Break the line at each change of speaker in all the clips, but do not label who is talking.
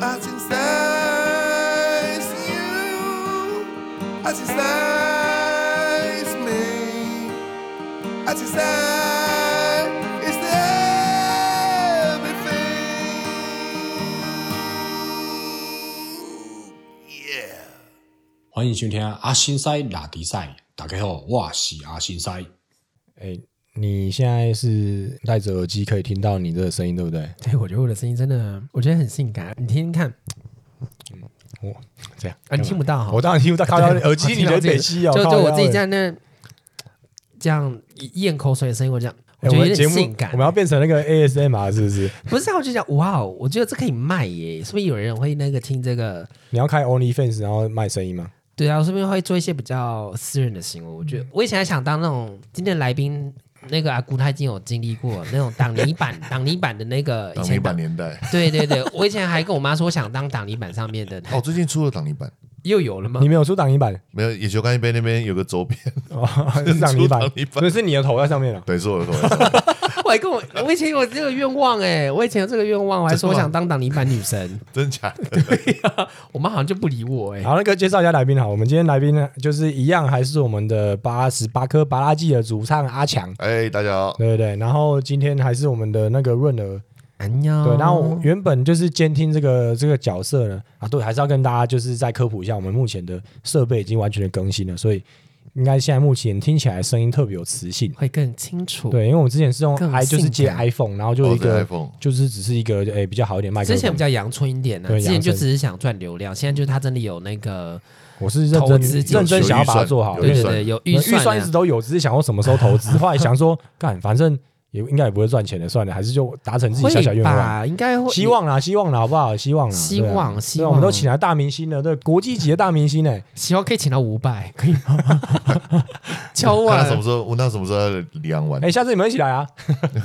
as ensnares you, as ensnares me, as ensnares everything. Yeah.
欢迎收听阿新塞拉迪赛，大家好，我是阿新塞。
哎、你现在是戴着耳机可以听到你的声音，对不对？
对，我觉得我的声音真的，我觉得很性感。你听听看
嗯我这样
啊，你听不到哈？
我哦当然 听不到，靠
对
腰
我
耳机
听
你
到
在
自己
北西哦，
就
靠
就
腰
我自己
欸
在那这样咽口水的声音，我这样，我
哎
觉
我的
得有
节
点
目
性感。
我们要变成那个 ASMR 是不是？
不是啊，我就讲哇哦，我觉得这可以卖耶，是不是有人会那个听这个？
你要开 OnlyFans 然后卖声音吗？
对啊，是不是会做一些比较私人的行为？我
嗯
觉得我以前还想当那种今天的来宾。那个阿姑她已经有经历过那种挡 泥板、挡泥板的那个以
挡泥
前
板
挡，
年代。
对对对，我以前还跟我妈说我想当挡泥板上面的，
哦，最近出了挡泥板，
又有了吗
你？没有出挡泥板，
没有野球干一杯那边有个周边，
哦， 是挡泥板
出挡泥，板
所以是你的头在上面啊了。
对，是我的头发。
我还跟我，我以前有这个愿望哎、我以前有这个愿望，我还说我想当挡泥板 女神，
真假的？
我妈好像就不理我哎、
好，那个介绍一下来宾好，我们今天来宾呢，就是一样还是我们的八十八颗拔拉季的主唱阿强，
哎，大家好，
对不对？然后今天还是我们的那个润儿，
哎呀，
对，然后我原本就是监听这个这个角色呢，啊，对，还是要跟大家就是再科普一下，我们目前的设备已经完全的更新了，所以应该现在目前听起来声音特别有磁性。
会更清楚。，
对，因为我们之前是用
哦更
i 就是接
性感
iPhone，然后就
哦
一个、
对，iPhone
就是只是一个诶、比较好一点麦克风。
之前比较阳春一点呢、啊
对
之前
阳
就
春
只是想赚流量，现在就是他真的有那个，
我是认
投
真
资
认真
有
想要
预
把它
算
做好，
有
因为
对对
预算
对，有
预
预算、啊、
算一直都有，只是想说什么时候投资，后来想说干，反正也应该也不会赚钱的，算了，还是就达成自己小小
会
愿望。
吧，应该会
希。望啦，希望啦，好不好？希望啦，
希
对啊
望
对啊
希望嗯
我们都请来大明星了，对，国际级的大明星呢、
希望可以请到五百，可以吗？ 敲
看他什么
碗，
时候，问他什么时候要量完
哎、，下次你们一起来啊！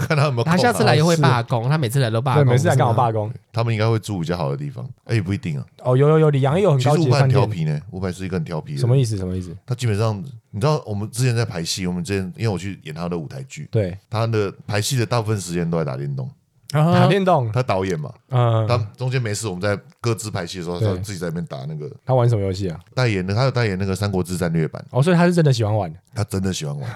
看他有没有空啊。
他下次来又会罢工，他每次来都罢
哦对，
工，啊
每次来
是吗
刚好罢工。
他们应该会住比较好的地方。哎，不一定啊。
哦，有有有，李阳也有很
其
高
实
级
伍
的
佰
饭
很调
店。
皮呢，伍佰是一个很调皮的。
什么？意思？什么意思？
他基本上，你知道，我们之前在排戏，我们之前因为我去演他的舞台剧，
对，
他的排戏的大部分时间都在打电动。
嗯啊
打电动，
他导演嘛，
嗯，
他中间没事，我们在各自排戏的时候，他
对
自己在那边打那个
他玩什么游戏啊？
代言的，他有代言那个《三国志战略版》。
哦，所以他是真的喜欢玩的。
他真的喜欢玩。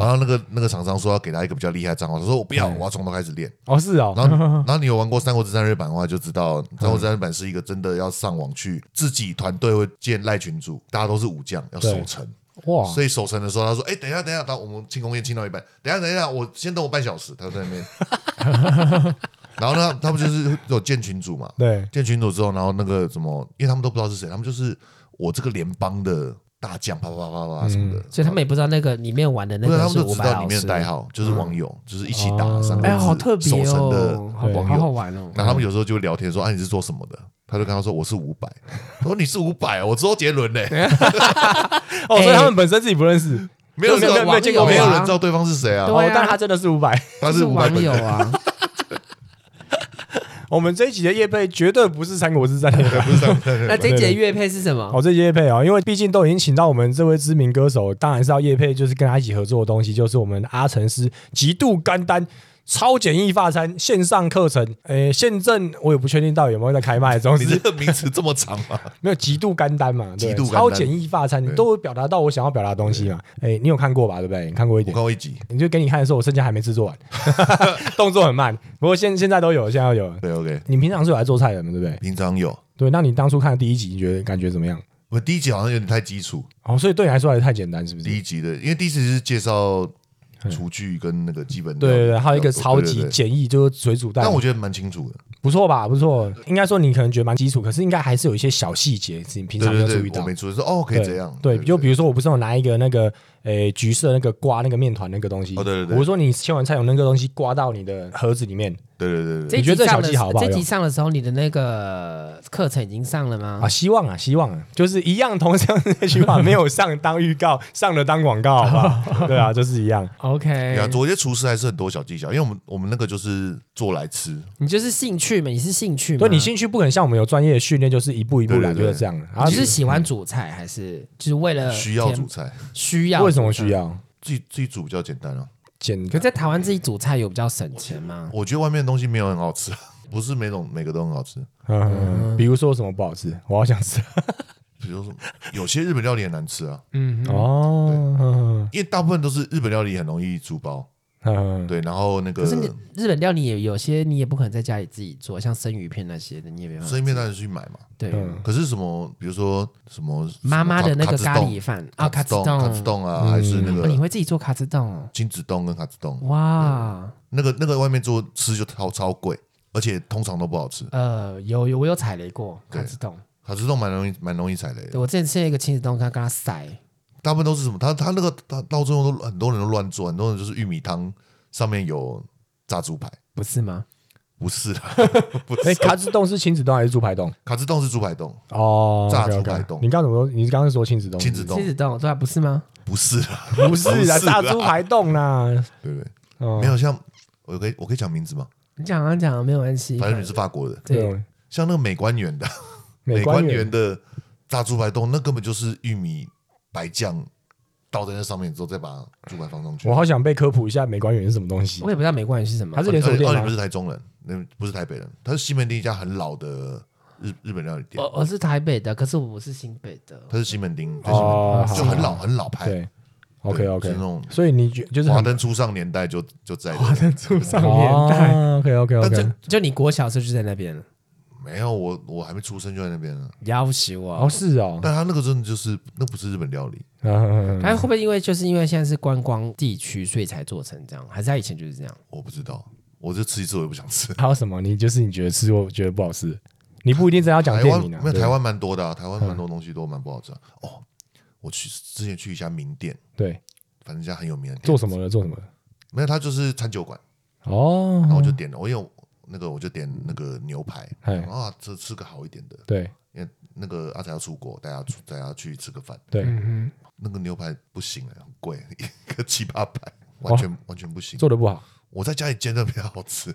然后那个那个厂商说要给他一个比较厉害的账号，他说我不要，我要从头开始练。
哦，是哦，
然后，然后你有玩过《三国志战略版》的话，就知道《三国志战略版》是一个真的要上网去自己团队会建赖群组，大家都是武将，要守城。
哇，
所以守城的时候，他说：“哎，等一下，等一下，到我们庆功宴庆到一半，等一下，等一下，我先等我半小时。”他在那边。然后呢，他们就是有建群组嘛，
对，
建群组之后，然后那个什么，因为他们都不知道是谁，他们就是我这个联邦的大将，啪啪啪啪啪什么的，
所以他们也不知道那个里面玩的那
不是，
个
他们
是
都
五
知
百
道里
老
面
师嗯
的。代号就是网友，就是一起打
哦
三国
哎，
志
好特别
守城的
哦，好
网
好好
友。
玩哦。
然后他们有时候就聊天说：“啊，你是做什么的？”他就跟他说：“我是伍佰。”他说：“你是伍佰哦，我周杰伦嘞。
啊哦，
哎
所以他们本身自己不认识。”
没有
没
人
有
知
没有
道，
没有见过
没有
网友啊
人知道对方是谁啊
对？啊
哦，但他真的是五百。
他
就是
伍佰
网
本
友
人，
啊，
我们这一集的夜配绝对不是三国志战略。
不是他们
那这一节乐配是什么？
哦，这些夜配哦，因为毕竟都已经请到我们这位知名歌手，当然是要夜配，就是跟他一起合作的东西，就是我们阿成师极度干单。超简易发餐线上课程，诶，现正我也不确定到底有没有在开卖中，
你
只
这
是
个名词这么长吗？
没有极度干单嘛，对
极度干单
超简易发餐，
对
都有表达到我想要表达的东西嘛。诶，你有看过吧？对不对？你看过一
我
点，
看过一集，
你就给你看的时候，我剩下还没制 作完，动作很慢。不过现现在都有，现在都有了。
对，OK。
你平常是有来做菜的嘛？对不对？
平常有，
对，那你当初看的第一集，你觉得感觉怎么样？
我第一集好像有点太基础，
哦，所以对你来说还是太简单，是不是？
第一集的，因为第一集是介绍厨具跟那个基本料
对嗯
理，
对对，还有一个
对
超
对
级
对
简易，就是水煮蛋，
但我觉得蛮清楚的。
不错吧？不错，应该说你可能觉得蛮基础，可是应该还是有一些小细节是你平常没
对
有
对
注
对
意，
我
到
没。注意说哦，可以这样。
对，就比如说，我不是有拿一个那个诶橘色那个刮那个面团那个东西，
哦对对对
我是说你切完菜有那个东西刮到你的盒子里面
对对对对，
一集
你觉得这
上
小
的
技好不好
这集
用
上的时候，你的那个课程已经上了吗
啊，？希望啊，希望啊，就是一样同样那句话，没有上当预告，上了当广告，好不 好？对啊，就是一样。
OK，
对啊，我觉得厨师还是很多小技巧，因为我们我们那个就是做来吃，
你就是兴趣嘛，你是兴趣嘛，
所以你兴趣不可能像我们有专业的训练，就是一步一步
对对
来，就
对
是这样的。然后
你是喜欢煮菜还是就是为了
需要
填
煮菜，
需要
为什么
煮菜
需？要
自己自己煮比较简单啊。
简
可在台湾自己煮菜有比较省钱吗？
我觉得外面的东西没有很好吃啊，不是每种每个都很好吃。
嗯，比如说什么不好吃，我好想吃。
比如说，有些日本料理很难吃啊，
嗯，
哦，嗯
因为大部分都是日本料理很容易出包。
嗯，
对，然后那个
可是你日本料理也有些你也不可能在家里自己做，像生鱼片那些的，你也没办法
生。意面当然是去买嘛。
对，
嗯
可是什么，比如说什么
妈妈的那个咖喱
什
饭啊，卡
么卡
兹
兹冻、卡兹
冻，
冻啊，还是那
哦你
个
会自己做卡兹冻哦？
亲子冻跟卡兹冻，
哇，
那个那个外面做吃就超超贵，而且通常都不好吃。
呃，有有我有踩雷过卡兹冻，
卡兹冻蛮容易蛮容易踩雷的
对，我之前吃了一个亲子冻，他跟他塞，
大部分都是什么？他他那个他到最后都很多人都乱做，很多人就是玉米汤上面有炸猪排，
不是吗？
不是啦， 不
哎，
是啊
卡子冻是亲子冻还是猪排冻？
卡兹冻是猪排冻，
哦，
炸
OK，OK
猪排冻
你刚刚怎么说？你刚刚说亲子冻？
亲子
亲
冻
子冻对啊，不是吗？
不是啦，
不是啦，
不是啦
炸猪排冻啦。哦
对不对？
没
没有像我可以我可以讲名字吗？
你讲啊讲啊，没有关系。
反正你是法国的，
对，
像那个美观园的
美
观
观
园的炸猪排冻，那根本就是玉米白酱倒在那上面之后，再把猪排放上去。
我好想被科普一下美观园是什么东西
我。也不知道美冠园是什么
它。是
而
连
且
锁店
而且你
吗
不？是台中人，那不是台北人，他是西门町一家很老的日日本料理店
哦
我，我是台北的，可是我不是新北的。
他是西门町，在西门町
哦，好
就很老很老牌。
对，OK
是那
OK。
种
所以你觉就是
华
很
灯初上年代就就在这
灯初上
，OK OK
但
OK
这。
就你国小时候就在那边了，
没有我我还没出生就在那边了。
要死我
哦，是哦，
但他那个真的就是那不是日本料理，
嗯嗯嗯
哎，会不会因为就是因为现在是观光地区，所以才做成这样？还是他以前就是这样？
我不知道，我就吃一次我也不想吃。
还有什么？你就是你觉得吃过觉得不好吃，你不一定真的要讲
台
店
湾
名啊。
没有
对嗯
台湾蛮多的、啊，台湾蛮多东西都蛮不好吃、啊。哦，我去之前去一家名店，
对
反正一家很有名的店，
做什么的做什么的
没有，他就是餐酒馆，
哦，
然后我就点了，我有那个我就点那个牛排，
哎
然后啊吃吃个好一点的，
对
因为那个阿才要出国，带他出带他去吃个饭，
对，
那个牛排不行啊，很贵，一个七八百，完全、完全不行。
做的不好，
我在家里煎的比较好吃，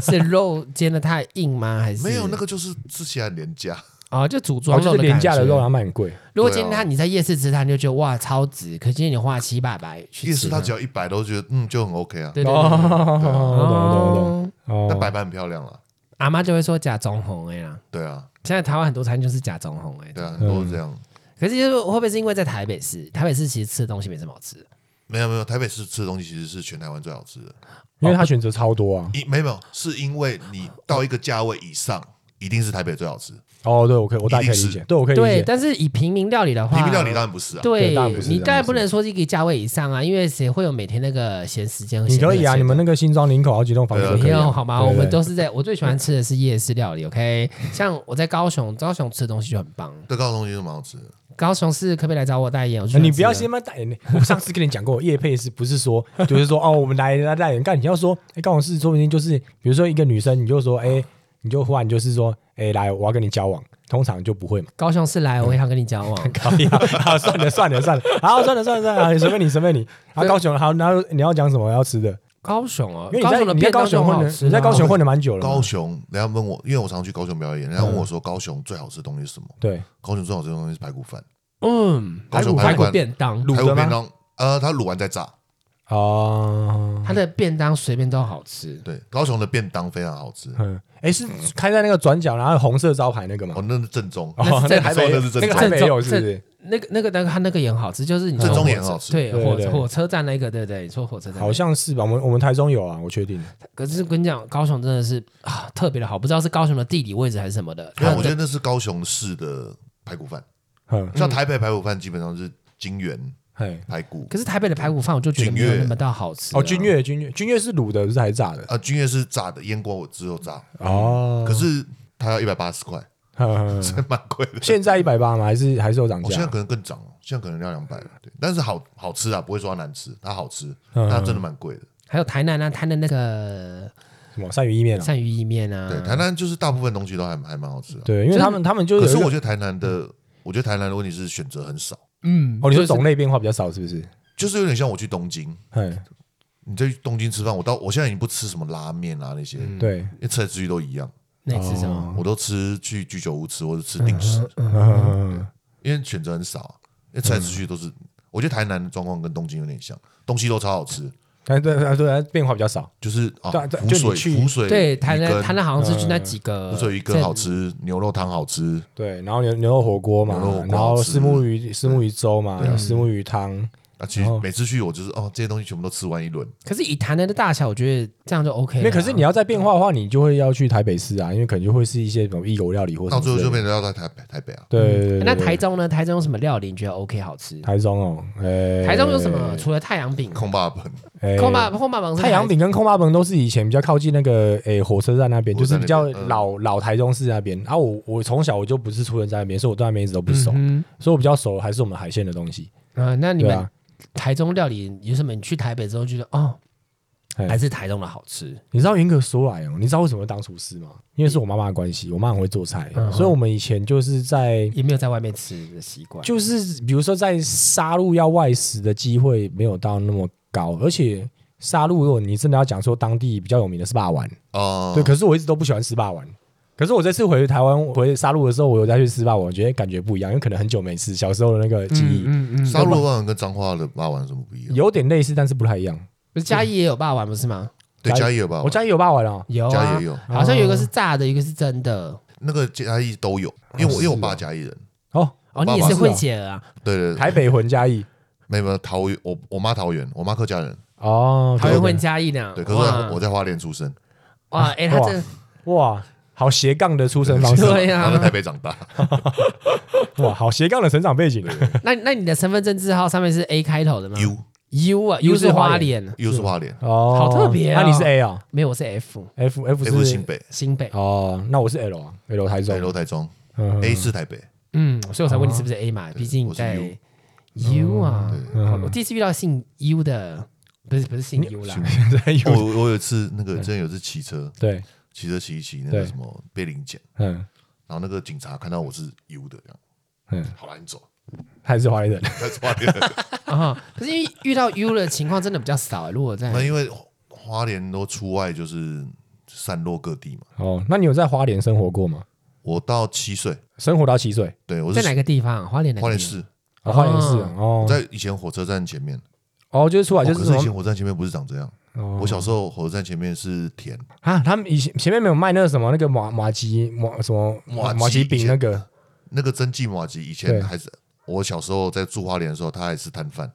是肉煎的太硬吗？还是
没有那个就是吃起来 廉价，
啊？就组
哦
装
就
肉
是
的
廉价的
感觉
肉，然后。卖很贵。
如果今天他你在夜市吃，他就觉得哇超值，可今天你花七八百去吃
夜市它
啊
只要一百都觉得嗯就很 OK 啊，
对对
哦，
对，
懂懂懂
哦
懂。哦
但摆盘很漂亮啊，
阿妈就会说假中红哎啦。
对啊
现在台湾很多餐厅就是假中红哎，
对啊，
嗯
很多是这样。
可是就是会不会是因为在台北市？台北市其实吃的东西没什么好吃的，
没有没有，台北市吃的东西其实是全台湾最好吃的。
因为他选择超多啊。
因没有没有，是因为你到一个价位以上，一定是台北最好吃。
哦，对，我可以，我大概可以
一定是
理解，对我可以
对。
理解。
但是以平民料理的话，
平民料理当然不是啊，
对
对当然不是
你
当然
当然
不
不能说是一个价位以上啊，因为谁会有每天那个闲时间？
你可以啊，你们那个新庄林口好几栋房子都可
没
以啊
有好吗？
对
我
对
们
对
都是在我最喜欢吃的是夜市料理，OK？像我在高雄，高雄吃的东西就很棒。
对，高雄东西都蛮好吃的。
高雄市可不可以来找我代言？我最喜欢
呃你不要
吃
先慢代言。我上次跟你讲过，叶配是不是说，就是说哦，我们来来代言？干，你要说，哎，刚好是说不定就是，比如说一个女生，你就说，哎，你就忽然就是说，哎，来，我要跟你交往，通常就不会嘛。
高雄市来，我也想跟你交往。
可以啊， 好，算了算了算了，好，算了算了算了，好随便你随便你。啊，高雄好，然后你要讲什么要吃的？
高雄哦，
因为你
高雄
在
的
你在
便
啊高
当
雄
都很
混
好
的，
吃啊
你在高雄混的蛮久了嘛。
高雄，人家问我，因为我常去高雄表演，人家
嗯
问我说高雄最好吃的东西是什么？
对，
高雄最好吃的东西是排骨饭，
嗯，
高雄
排
排骨
骨
饭
便当，
排
的
骨
吗
便当，呃，它卤完再炸。
哦，
它的便当随便都好吃。
对，高雄的便当非常好吃，
嗯，哎，是开在那个转角，然后有红色招牌那个吗
哦，？那是正宗，
哦，
在
台北
那是正
那个
宗
台北有是不是？
那个、那个、那个，它那个也很好吃，就是你
正
从
宗也
火
很
车
好吃
对，
对
火
对
火车站那个，对对，你说火车站那个
好像是吧？我们我们台中有啊，我确定。
可是跟你讲，高雄真的是啊特别的好，不知道是高雄的地理位置还是什么的。
因为
它
我觉得那是高雄市的排骨饭，
嗯，
像台北排骨饭基本上是金源
嘿，
排骨，
可是台北的排骨饭，我就觉得没有
君悦
那么到好吃啊
哦，君悦君悦君悦是卤的，不是还是炸的？
啊，君悦是炸的，腌过之后炸，
嗯
哦，
可是它要一百八十块，
嗯
还蛮贵的。哦
现在一百八吗？还是还是有涨
我现在
价？
可能更涨了，现在可能要两百了。对，但是好好吃啊，不会说它难吃，它好吃，
嗯
它真的蛮贵的。
还有台南啊，它的那个
什么鳝鱼意面啊？
鳝鱼意面啊，
对，台南就是大部分东西都还还蛮好吃的。
对，因为他们他们就是有
可
一
是
个
我觉得台南的，我觉得台南的问题是选择很少，
嗯，
哦，你
就
说
是
种类变化比较少是不是？
就是有点像我去东京，
嗯，
你在东京吃饭，我到我现在已经不吃什么拉面啊那些，因
对，
为吃来吃去都一样，
那你吃什么？
我都吃去居酒屋吃或者吃定食，
嗯，
因为选择很少啊，因为吃来吃去都是。我觉得台南的状况跟东京有点像，东西都超好吃，
但哎对对对，变化比较少。
就是啊
对啊，对
浮
就你
水
去
浮水
对，台
鱼
南
羹
台南好像是去那几个
浮水鱼羹
镇
好，吃，牛肉汤好吃，
对，然后牛牛肉火锅嘛
牛肉火，锅
然后
好吃
石目鱼石目鱼粥嘛，石目鱼汤，
啊，其
然
实
后
每次去我就是哦，这些东西全部都吃完一轮，
可是以台南的大小，我觉得这样就 OK
因
了啊。
为可是你要再变化的话，你就会要去台北市啊，因为可能就会是一些什么异国料理或什
到
么
最后
之类
就
的。
变成要到台北台北啊，
对对对对，
那
对
台中呢？台中有什么料理你觉得 OK 好吃？
台中哦，呃，
台中有什么？除了太阳饼、
空霸本
呃？
空霸空霸王是
太阳饼跟空巴门都是以前比较靠近那个诶、火车站那边，就
火车
是
站
比较
那边嗯
老、老台中市那边。啊，我我从小我就不是出生在那边，所以我对那边一直都不熟，
嗯
所以我比较熟还是我们海鲜的东西。
哼，啊，那你
对
们
啊，
台中料理有什么？你去台北之后觉得哦，
哎
还是台中的好吃。
你知道严格说来哦，你知道为什么会当厨师吗？因为是我妈妈的关系，我妈很会做菜，
嗯
所以我们以前就是在
也没有在外面吃的习惯，
就是比如说在杀戮要外食的机会没有到那么高，而且杀戮如果你真的要讲说当地比较有名的是霸丸，
哦，
对，可是我一直都不喜欢吃霸王。可是我这次回台湾回杀戮的时候，我有再去吃霸王，我觉得感觉不一样，因为可能很久没吃，小时候的那个记忆、
嗯嗯，
沙鹿霸王跟彰化的霸王有什么不一样？
有点类似，但是不太一样。
不是嘉义也有霸王不是吗？
对
嘉义
嘉义有霸
我
王，
家也有霸王哦，
有
嘉
啊，
义也有，
好像有一个是炸的，一个是真的。
那个嘉义都有，因为我因为我爸嘉义人，
哦，
哦，
爸
你也
爸
是
是
会
啊
写的啊？
对对，对
台北魂嘉义
没有没有桃园，我我妈桃园，我妈客家人，
哦，
桃园
对
混嘉义呢？
对，可是
哇
我我在花莲出生，
哇，哎，他
哇
这
对哇，好斜杠的出生方 式，
对
然后
呀
在台。北长大，
哇，好斜杠的成长背景，啊
那那你的身份证字号上面是 A 开头的吗
U
U 啊
U
，U
是
是
花
花莲，
又是花莲，
哦，
好特别啊
那你是 A 啊
没有，我是 F
，F F
F 是
是
新北
新北。
哦，那我是 L 啊，L 台中
北楼台中
嗯
，A 是台北，
嗯，所以我才问你是不是 A 嘛，毕竟你
哦我是哦
在 U 啊
对。
我第一次遇到姓 U 的，不是不是姓 U 啦，
对
我
U
我有一次那个之前有一次骑车，
对，
骑车骑一骑那个
对
什么被领检，
嗯
然后那个警察看到我是 U 的，这样
嗯，
好了你走，
还是华人，
他是花莲人，
啊，可是因为遇到 U 的情况真的比较少欸。如果在
那因为花莲都出外就是散落各地嘛，
哦，那你有在花莲生活过吗？
我到七岁，
生活到七岁，
对我
在
是
哪个地方？花莲哪个
花莲
地方
市，
哦，花莲市啊
我
哦，
在以前火车站前面，
哦，就是出来
哦
就
可
什
是以前
么哦
火车站前面不是长这样，我小时候火车站前面是田，
啊，他们以前前面没有卖那个什么那个马马吉马什么马
马
马吉
吉
饼
以前
那个
那个蒸汽马吉以
对
前还是我小时候在住花莲的时候，他还是摊贩，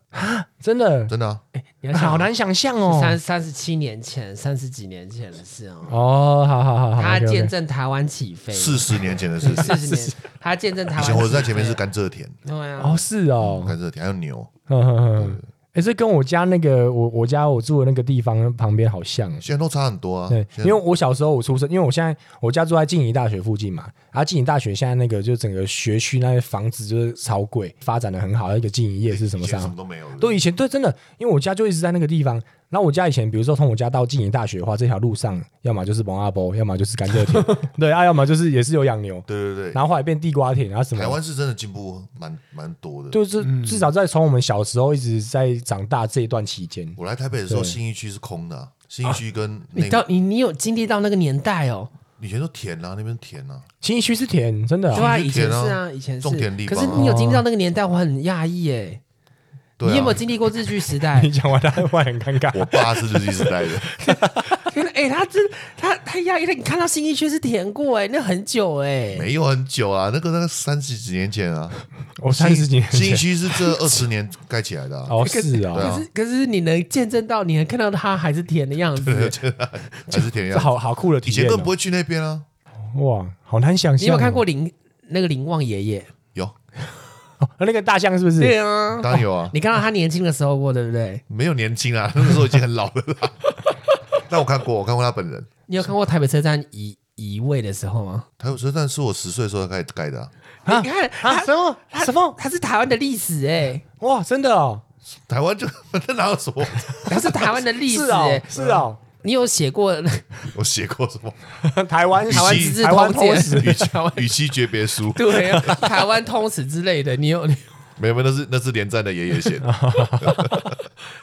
真的
真的啊，
你要
哎
想
好难想象哦。
三三十七年前，三十几年前的事哦。
哦，好好好好，
他
OK，OK
见证台湾起飞，。
四十年前的事
四
以
十年，他见证台湾起飞。
前火车站前面是甘蔗田，
对啊，
哦是哦，
甘蔗田还有牛，
呵呵呵，哎，这跟我家那个我我家我住的那个地方旁边好像哎。
现在都差很多啊。
对，
现
因
在
为我小时候我出生，因为我现在我家住在静宜大学附近嘛，然后静宜大学现在那个就整个学区那些房子就是超贵，发展的很好，那个静宜夜市什么
以前
啥
什么都没有。
对，以前对真的，因为我家就一直在那个地方。然后我家以前，比如说从我家到静宜大学的话，这条路上要么就是蒙阿波，要么就是甘 蔗田，对啊，要么就是也是有养牛，
对对对，
然后后来变地瓜田，然后什么
台。湾是嗯真的进步蛮蛮多的。
就是至少在从我们小时候一直在长大这一段期间，
我来台北的时候，
对
信义区是空的啊，信义区跟
你
那
到
个
你你有经历到那个年代哦，
以前都田啊，那边田啊，
新一区是田，真的
对
啊、
啊，
以
以前
前
是
啊
啊，以前是
种田地
可
方
是
啊
你有经历到那个年代，我很讶异哎。
对啊
你有没有经历过日剧时代
你？讲完他会很尴尬。
我爸是日记时代的，
天哪，哎，他真他他讶异了。你看到新一区是田过哎，那很久哎，
没有很久啊，那个那个三十几年前啊，
我三十几年
新义
前
区是这二十年盖起来的啊，
哦，是
对
啊，
啊
可是可是你能见证到，你能看到他还是田的样 子。
还是
这
田呀。
好好酷的体
啊以前
验
根
哦、
本不会去那边啊，
哇，好难想象、啊
你有没有看过？林那个林旺爷爷？
有
哦那个大象是不是？
对啊，
当然有啊，
你看到他年轻的时候过，对不对？
没有年轻啊，那个时候已经很老了啦。 但我看过，我看过他本人，
你有看过台北车站移移位的时候吗？
台北车站是我十岁的时候开始盖的啊，
啊
你看
啊，
他
什么
他
什么？
他是台湾的历史哎，
哇，真的哦，
台湾就那哪有什么？
他是台湾的历
是
史
哦
哎，。
是哦，
你有写过
我写 过什么？啊
台湾台
台
台
湾
湾
语
自治
台湾
通
通史
鉴？
与
台湾
其与其诀别书
对啊，台湾通史之类的，你有你
没有没有，那是那是连战的爷爷 写的，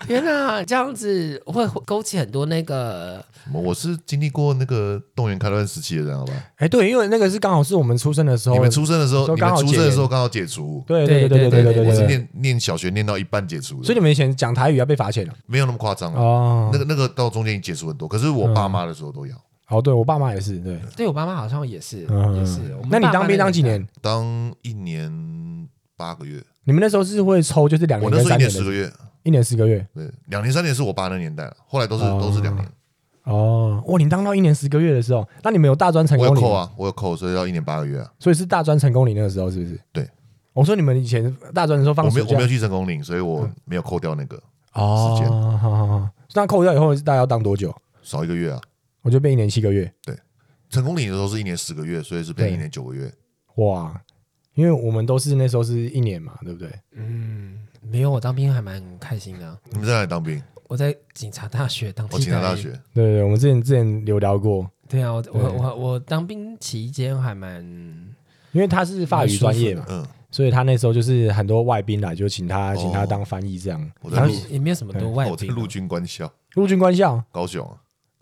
天哪，这样子会勾起很多那个
什么我是经历过那个动员开乱时期的人，好吧？
哎，对，因为那个是刚好是我们出生的时候，
你们出生的时候，
都哦
你
刚
们
好
出
解
生的时候
严
刚好解除，
对对对
对
对对
对
我是
对对，
念念小学念到一半解除的，
所以你们以前讲台语要被罚钱了
没有那么夸张啊。
哦嗯
那。个那个到中间解除很多，可是我爸妈的时候都要
哦，对我爸妈也是，对，
对我爸妈好像也是，
嗯
也是。我们
那你
爸妈
当兵当几
个年
年？
当一年八个月，
你们那时候是会抽，就是两
我
年跟
那时候一
三
年
年
十
的，
个月，
一年十个月。
对，两年三年是我爸那年代了，后来都是
哦
都是两年，
哦，哇，你当到一年十个月的时候，那你们有大专成
我有
功领
扣
吗，
啊，我有扣，所以要一年八个月啊。
所以是大专成功领那个时候是不是？
对，
我说你们以前大专的时候放
我没
暑
有我
假
没有去成功岭，所以我没有扣掉那个
哦
时，间
好好好，那扣掉以后大概要当多久？
少一个月啊。
我就变一年七个月，
成功岭的时候是一年十个月，所以是变
对
一年九个月。
哇！因为我们都是那时候是一年嘛，对不对？
嗯，没有，我当兵还蛮开心的啊。
你们在哪里当兵？
我在警察大学当
我
兵，
哦警察大。学，
对对，我们之前之前有聊过，
对啊，我我我我当兵期间还蛮
因为他是法语专业嘛，
嗯，
所以他那时候就是很多外宾来，就请他
哦
请他当翻译这样。
我在
然
陆
后也没有什么多外
我在
宾啊，
陆军官校，
陆军官校，
高雄啊，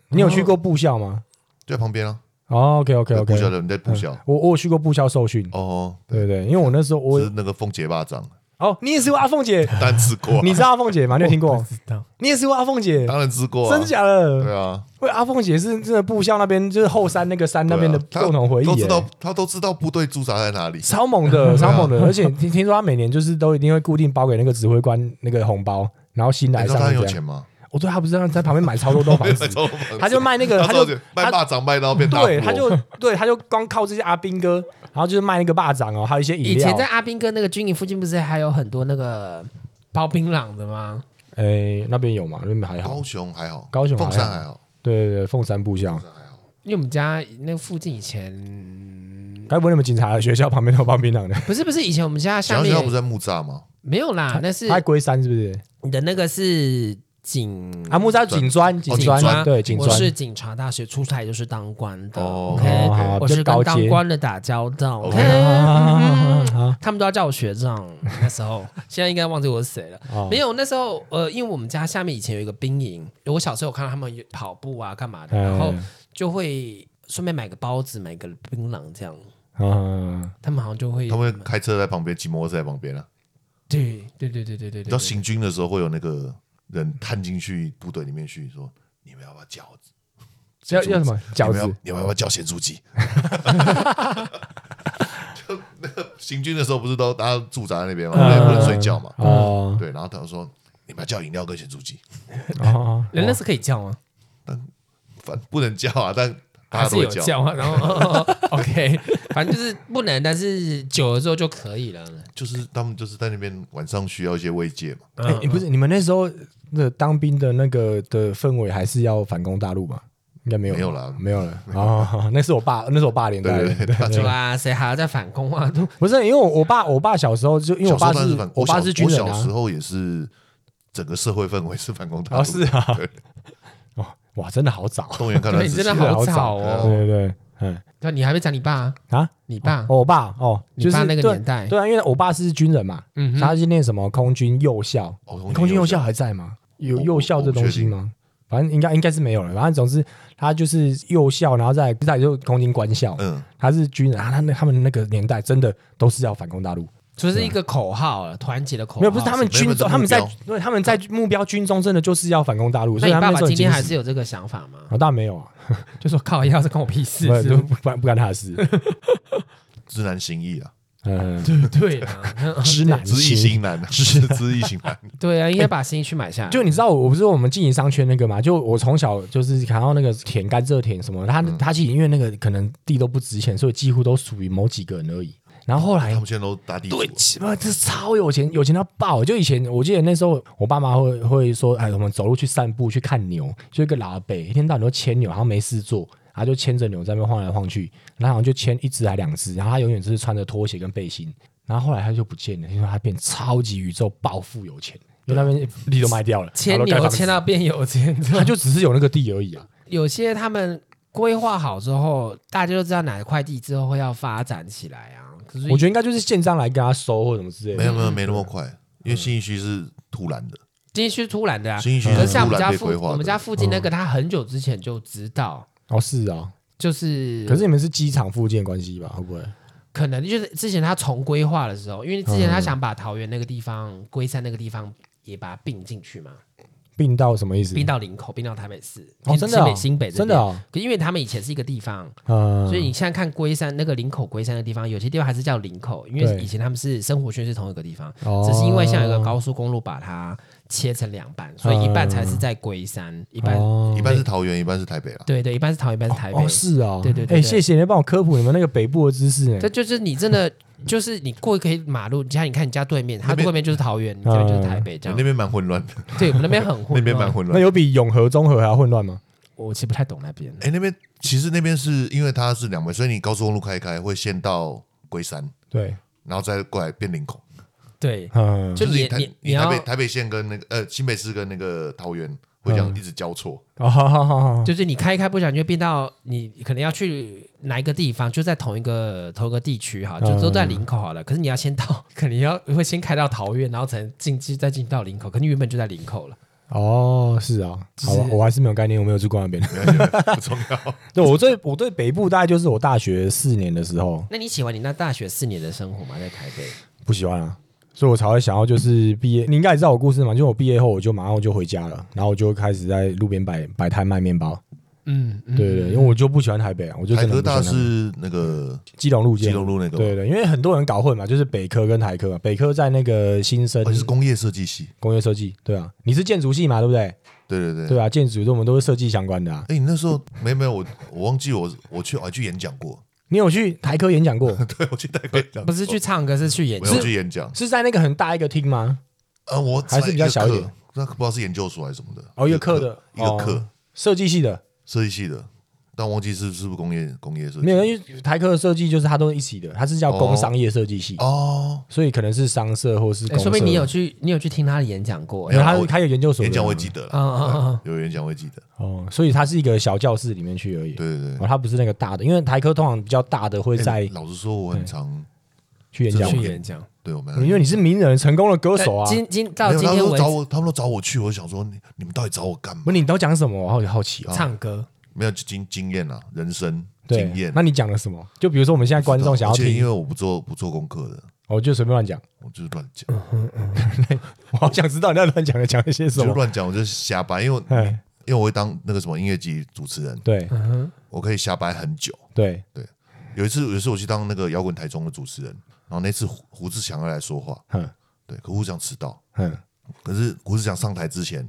你有去过部校吗？
就在旁边啊。
哦，OK OK
在
OK，嗯
部校的人在部校
我我有去过部校受训，
哦，
对对，因为我那时候我
是那个风结巴掌，
哦，你也是阿凤 姐，
当然吃过啊，
你知道阿凤姐吗？你有听过？
知道
你也是阿凤姐，
当然吃过啊，
真假的？
对啊，
喂，阿凤姐是真的部校那边，就是后山那个山那边的
对啊他
共同回忆
都知
耶，
道，他都知道部队驻扎在哪里。
超猛 的，超猛的。而且听听说她每年就是都一定会固定包给那个指挥官那个红包，然后新
你
来
知
上
道他很
面
有
这
钱
样。
吗？嗯
我对他不是让在旁边买超多栋房子，
超有 房子
他就卖那个，
他
他就
超有钱卖
他
蚂蚱卖到变大富翁，
对，他就对，他就光靠这些阿兵哥，然后就是卖那个霸掌哦，还有一些饮料。
以前在阿兵哥那个军营附近，不是还有很多那个包槟榔的吗？
哎那边有嘛？那边还好
高。雄还好，
高雄还好
凤山还好，
对对对，凤山部校，
因为我们家那附近以前
该不会你们警察啊的学校旁边都有放槟榔的？
不是不是以前我们家
蒋
下
学
面
校不是在木栅吗？
没有啦，那是
他在龟山是不是？啊
你的那个是警
阿木扎警专，
哦
哦警专
专
对警专
我，是警察大学出来就是当官的
哦
，OK，
哦
好比
我
较
是
高
跟
阶哦
当官的打交道
OK
，OK，
啊啊
他们都要叫我学长，那时候现在应该忘记我是谁了。
哦
没有，那时候呃，因为我们家下面以前有一个兵营，我小时候有看到他们有跑步啊干嘛的，
嗯
然后就会顺便买个包子，买个槟榔这样。
啊！
他们好像就会，
他们会开车在旁边，骑摩托车在旁边啊。
对对对对对对
你知道
对，
行军的时候会有那个人探进去部队里面去说，你们要不要饺子？
要要什么饺
你们
子
要？你们要不要叫咸猪鸡？ 就那个行军的时候不是都大家驻扎在那边
嗯
嘛，对，不能睡觉嘛。
哦
对，然后他说你们要叫饮料跟咸猪鸡，
哦哦，
人那是可以叫啊吗？
反不能叫啊，但大
还
家
是
都会
有
叫。
叫 啊，然后哦哦 OK，反正就是不能，但是久了之后就可以了。
就是他们就是在那边晚上需要一些慰藉嘛。
哎，不是你们那时候的当兵的那个的氛围，还是要反攻大陆吧？应该没有，
没有啦
没有了。哦，那是我爸，那是我爸年代
对
的。
对对，
对啊，谁还要再反攻啊？都
不是因为我我爸，我爸小时候就因为我爸
小时候当然
是
是反，
我
我
爸
小
是军人
我小时
啊。
候也是整个社会氛围是反攻大陆。
哦，是啊
对，
哦，哇，真的好早。
动员看到
对你真的
是
好
好
早
对
哦。
对对，嗯
对，你还没讲你爸啊，
啊，
你爸
哦我爸哦，
你
就
爸
是
那个
对
年代
对啊，因为我爸是军人嘛，
嗯哼
他是念什么空军幼校，
哦空军
空军
幼
幼
校
校还在吗？有
我
幼校这东西吗？反正应该应该是没有了。反正总之，他就是幼校，然后再来再来就是空军官校。
嗯，
他是军人，啊，他那他们那个年代真的都是要反攻大陆，
就是一个口号了，团结的口号。
没有不是他们
是没有
哦
军
这
中，
个
他们在
目标
对他们在目标军中真的就是要反攻大陆，
那
所以
你
他
爸
们那
爸
时候很
今天
坚
还
持
是有这个想法吗？啊
啊，当然没有啊，
就说靠腰是关我屁事
不然
是
就
吗
不干不干他的事。
知难行易啊，
嗯，
对啊，
知难
知
行
易行难啊， 知知易行难。
对啊，应该把心去买下来。
就你知道，我不是我们经营商圈那个嘛？就我从小就是看到那个田甘蔗田什么，他他其实因为那个可能地都不值钱，所以几乎都属于某几个人而已。然后后来
他们现在都打地主啊
对
了，，
妈这超有钱，有钱到爆！就以前我记得那时候，我爸妈会会说，哎，我们走路去散步去看牛，就一个老北一天到晚都牵牛，然后没事做，然后就牵着牛在那边晃来晃去，然后好像就牵一只还两只，然后他永远就是穿着拖鞋跟背心，然后后来他就不见了，因为他变超级宇宙暴富有钱，因为那 边哎地都卖掉了，
牵
然后都盖
牛
房子
牵到变有钱，
他就只是有那个地而已啊。
有些他们规划好之后，大家都知道哪一块地之后会要发展起来啊。可是
我觉得应该就是建章来跟他收或什么之类
没
的。
有没有没那么快，因为新一区是突然的，
这些是突然的啊，
新一区
可
是
是像我
突
们
然
家
被
附
规划的。
我们家附近那个，他很久之前就知道，
哦，是啊，
就是
可是你们是机场附近的关系吧？会不会？
可能就是之前他重规划的时候，因为之前他想把桃园那个地方、龟山那个地方也把它并进去嘛，
并到什么意思？
并到林口，并到台北市，
哦，真的
新
哦
北新北这
真的
边
哦，
可因为他们以前是一个地方，
嗯，
所以你现在看龟山那个林口龟山的地方，有些地方还是叫林口，因为
对
以前他们是生活圈是同一个地方，
哦
只是因为像有一个高速公路把它切成两半，所以一半才是在龟山，一半、
哦
一半是桃园，一半是台北啦。
对对，一半是桃园，一半是台北。
哦，是啊，
对对对
哎，
对
谢谢你帮我科普你们那个北部的知识，
这
哎
就是你真的就是你过一个马路，你像你看你家对面，他
那边啊
对面就是桃园，你这边就是台北，这
啊
那
样。
边蛮混乱的，
对我们那边很混
那
乱，
边蛮混
那
乱。
有比永和、中和还要混乱吗？
我其实不太懂那边。
哎，那边其实那边是因为它是两边，所以你高速公路开一开会先到龟山，
对，
然后再过来变林口，
对，
嗯，
就
就是
你
台
你你
你台
要
北台北县跟那个呃新北市跟那个桃园会这样
嗯
一直交错。
哦，好好好好，
就是你开一开不小心就变到你可能要去哪一个地方，就在同一个同一个地区哈，就都
嗯
在林口好了。可是你要先到，可能要会先开到桃园，然后才能进去再进到林口。可是你原本就在林口了，
哦，是啊，好吧，我还是没有概念，我没有住过那边。
不重要。
对我对我对北部大概就是我大学四年的时候
那你喜欢你那大学四年的生活吗？在台北？
不喜欢啊，所以我才会想要就是毕业。你应该也知道我故事嘛，就我毕业后我就马上就回家了，然后我就开始在路边摆摆摊卖面包。
嗯，
对对对，因为我就不喜欢台北啊，我就
台
真的
科
不喜欢
大
台北
是那个
基隆路街，
基隆路那个吗
对对，因为很多人搞混嘛，就是北科跟台科嘛，北科在那个新生
哦是工业设计系，
工业设计，对啊，你是建筑系嘛，对不对？
对对对。
对啊，建筑我们都是设计相关的啊。
哎，你那时候没有没有我我忘记我我去我还去演讲过，
你有去台科演讲过？
对我去台科演讲过，
不是去唱歌，是去演
我要
戏。
去演讲，
是在那个很大一个厅吗？
呃，我
还是比较小一点
一个课，那不知道是研究所还是什么的，
哦，一个课的，
一个课
哦，设计系的，
设计系的，但忘记是是不是工业工业设计，
没有，因为台科的设计就是它都是一起的，它是叫工商业设计系，
哦，
所以可能是商社或是
哎
工社。
说明你有去，你有去听他的演讲过。哎
没
没
有啊
有，
啦
他
我
他有研究所的啊
演哦讲会记得
嗯
了，
嗯嗯嗯，
有演讲会记得，
哦，所以它是一个小教室里面去而已。
对对
哦，它不是那个大的，因为台科通常比较大的会
对。哎
在
老实说，我很常
去演讲
嗯
这
去
种
嘛，
演讲。
对我们
因为你是名人成功的歌手啊
但。今今到
没有
今
他们
天
都
为
找
止，
我，他们都找我去，我想说你你们到底找我干嘛？
不，你都讲什么？我好好奇
啊
哦。
唱歌，
没有经经验啊，人生经
对
验，。
那你讲了什么？就比如说我们现在观众想要
而且因
听，
为我不做不做功课的，
我就随便乱讲。
我就是乱讲，
我好想知道你在乱讲的讲了些
就
什
是
么。
乱讲，我就是瞎掰，因为我
哎，
因为我会当那个什么音乐节主持人，
对
嗯哼，
我可以瞎掰很久。
对，
有一次，有一次我去当那个摇滚台中的主持人，然后那次胡胡志强要来说话，
嗯
对，可胡志强迟到，
嗯，
可是胡志强上台之前，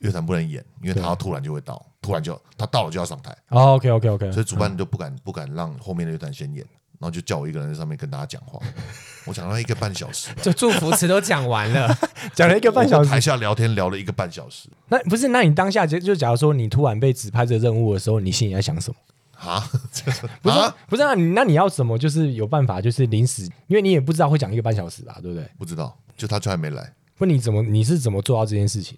乐团不能演，因为他突然就会到，突然就他到了就要上台，
哦，OK OK OK，
所以主办就不敢不敢让后面的乐团先演，然后就叫我一个人在上面跟大家讲话， 我讲了一个半小时，
就祝福词都讲完 了。
讲了一个 半小
我
时
跟。台下聊天聊了一个半小时，
那不是？那你当下就就假如说你突然被指派这个任务的时候，你心里在想什么？
啊，
不是、
啊
不是啊，你那你要怎么就是有办法就是临时，因为你也不知道会讲一个半小时吧，对不对？
不知道，就他就还没来，
不，你怎么你是怎么做到这件事情？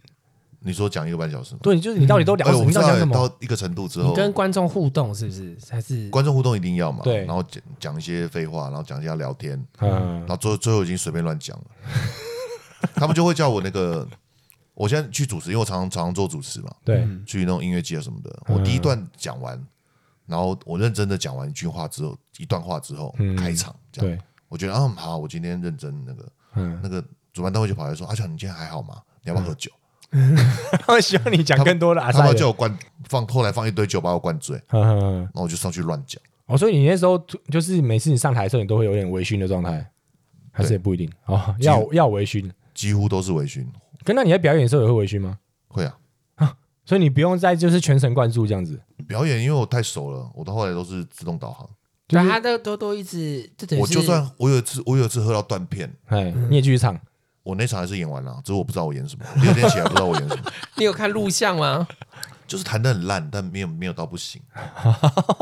你说讲一个半小时吗？
对，就是你到底都聊
哎
什么？
我不
你
知
到底
道
讲什
哎
么？
到一个程度之
你
后，
跟观众互动是不是？还是
观众互动一定要嘛，
对
然后讲讲一些废话，然后讲一下聊天，
嗯
然，后最后最后已经随便乱 讲了，他们就会叫我那个，我现在去主持，因为我常常常常做主持嘛，
对，
去那种音乐季啊什么的，
嗯
我第一段讲完，然后我认真的讲完一句话之后，一段话之后
嗯
开场，这样，
对，
我觉得啊好，我今天认真那个
嗯，
那个主办单位就跑来说，阿强你今天还好吗？你要不要喝酒？
他们希望你讲更多的阿
他
塞
们
的
叫，我灌放，后来放一堆酒把我灌醉，
嗯嗯嗯
然后我就上去乱讲，
哦，所以你那时候就是每次你上台的时候，你都会有点微醺的状态，还是
对
也不一定哦，要要微醺。
几乎都是微醺，
可那你在表演的时候也会微醺吗？
会啊。
所以你不用再就是全神贯注这样子，
表演，因为我太熟了，我到后来都是自动导航。
对啊他都都都一直，这等于
我
是
就算我有一次，我有一次喝到断片，
哎，你也继续唱，
我那场还是演完了，只是我不知道我演什么，第二天起来不知道我演什么。
你有看录像吗？
就是弹的很烂，但没有没有到不行，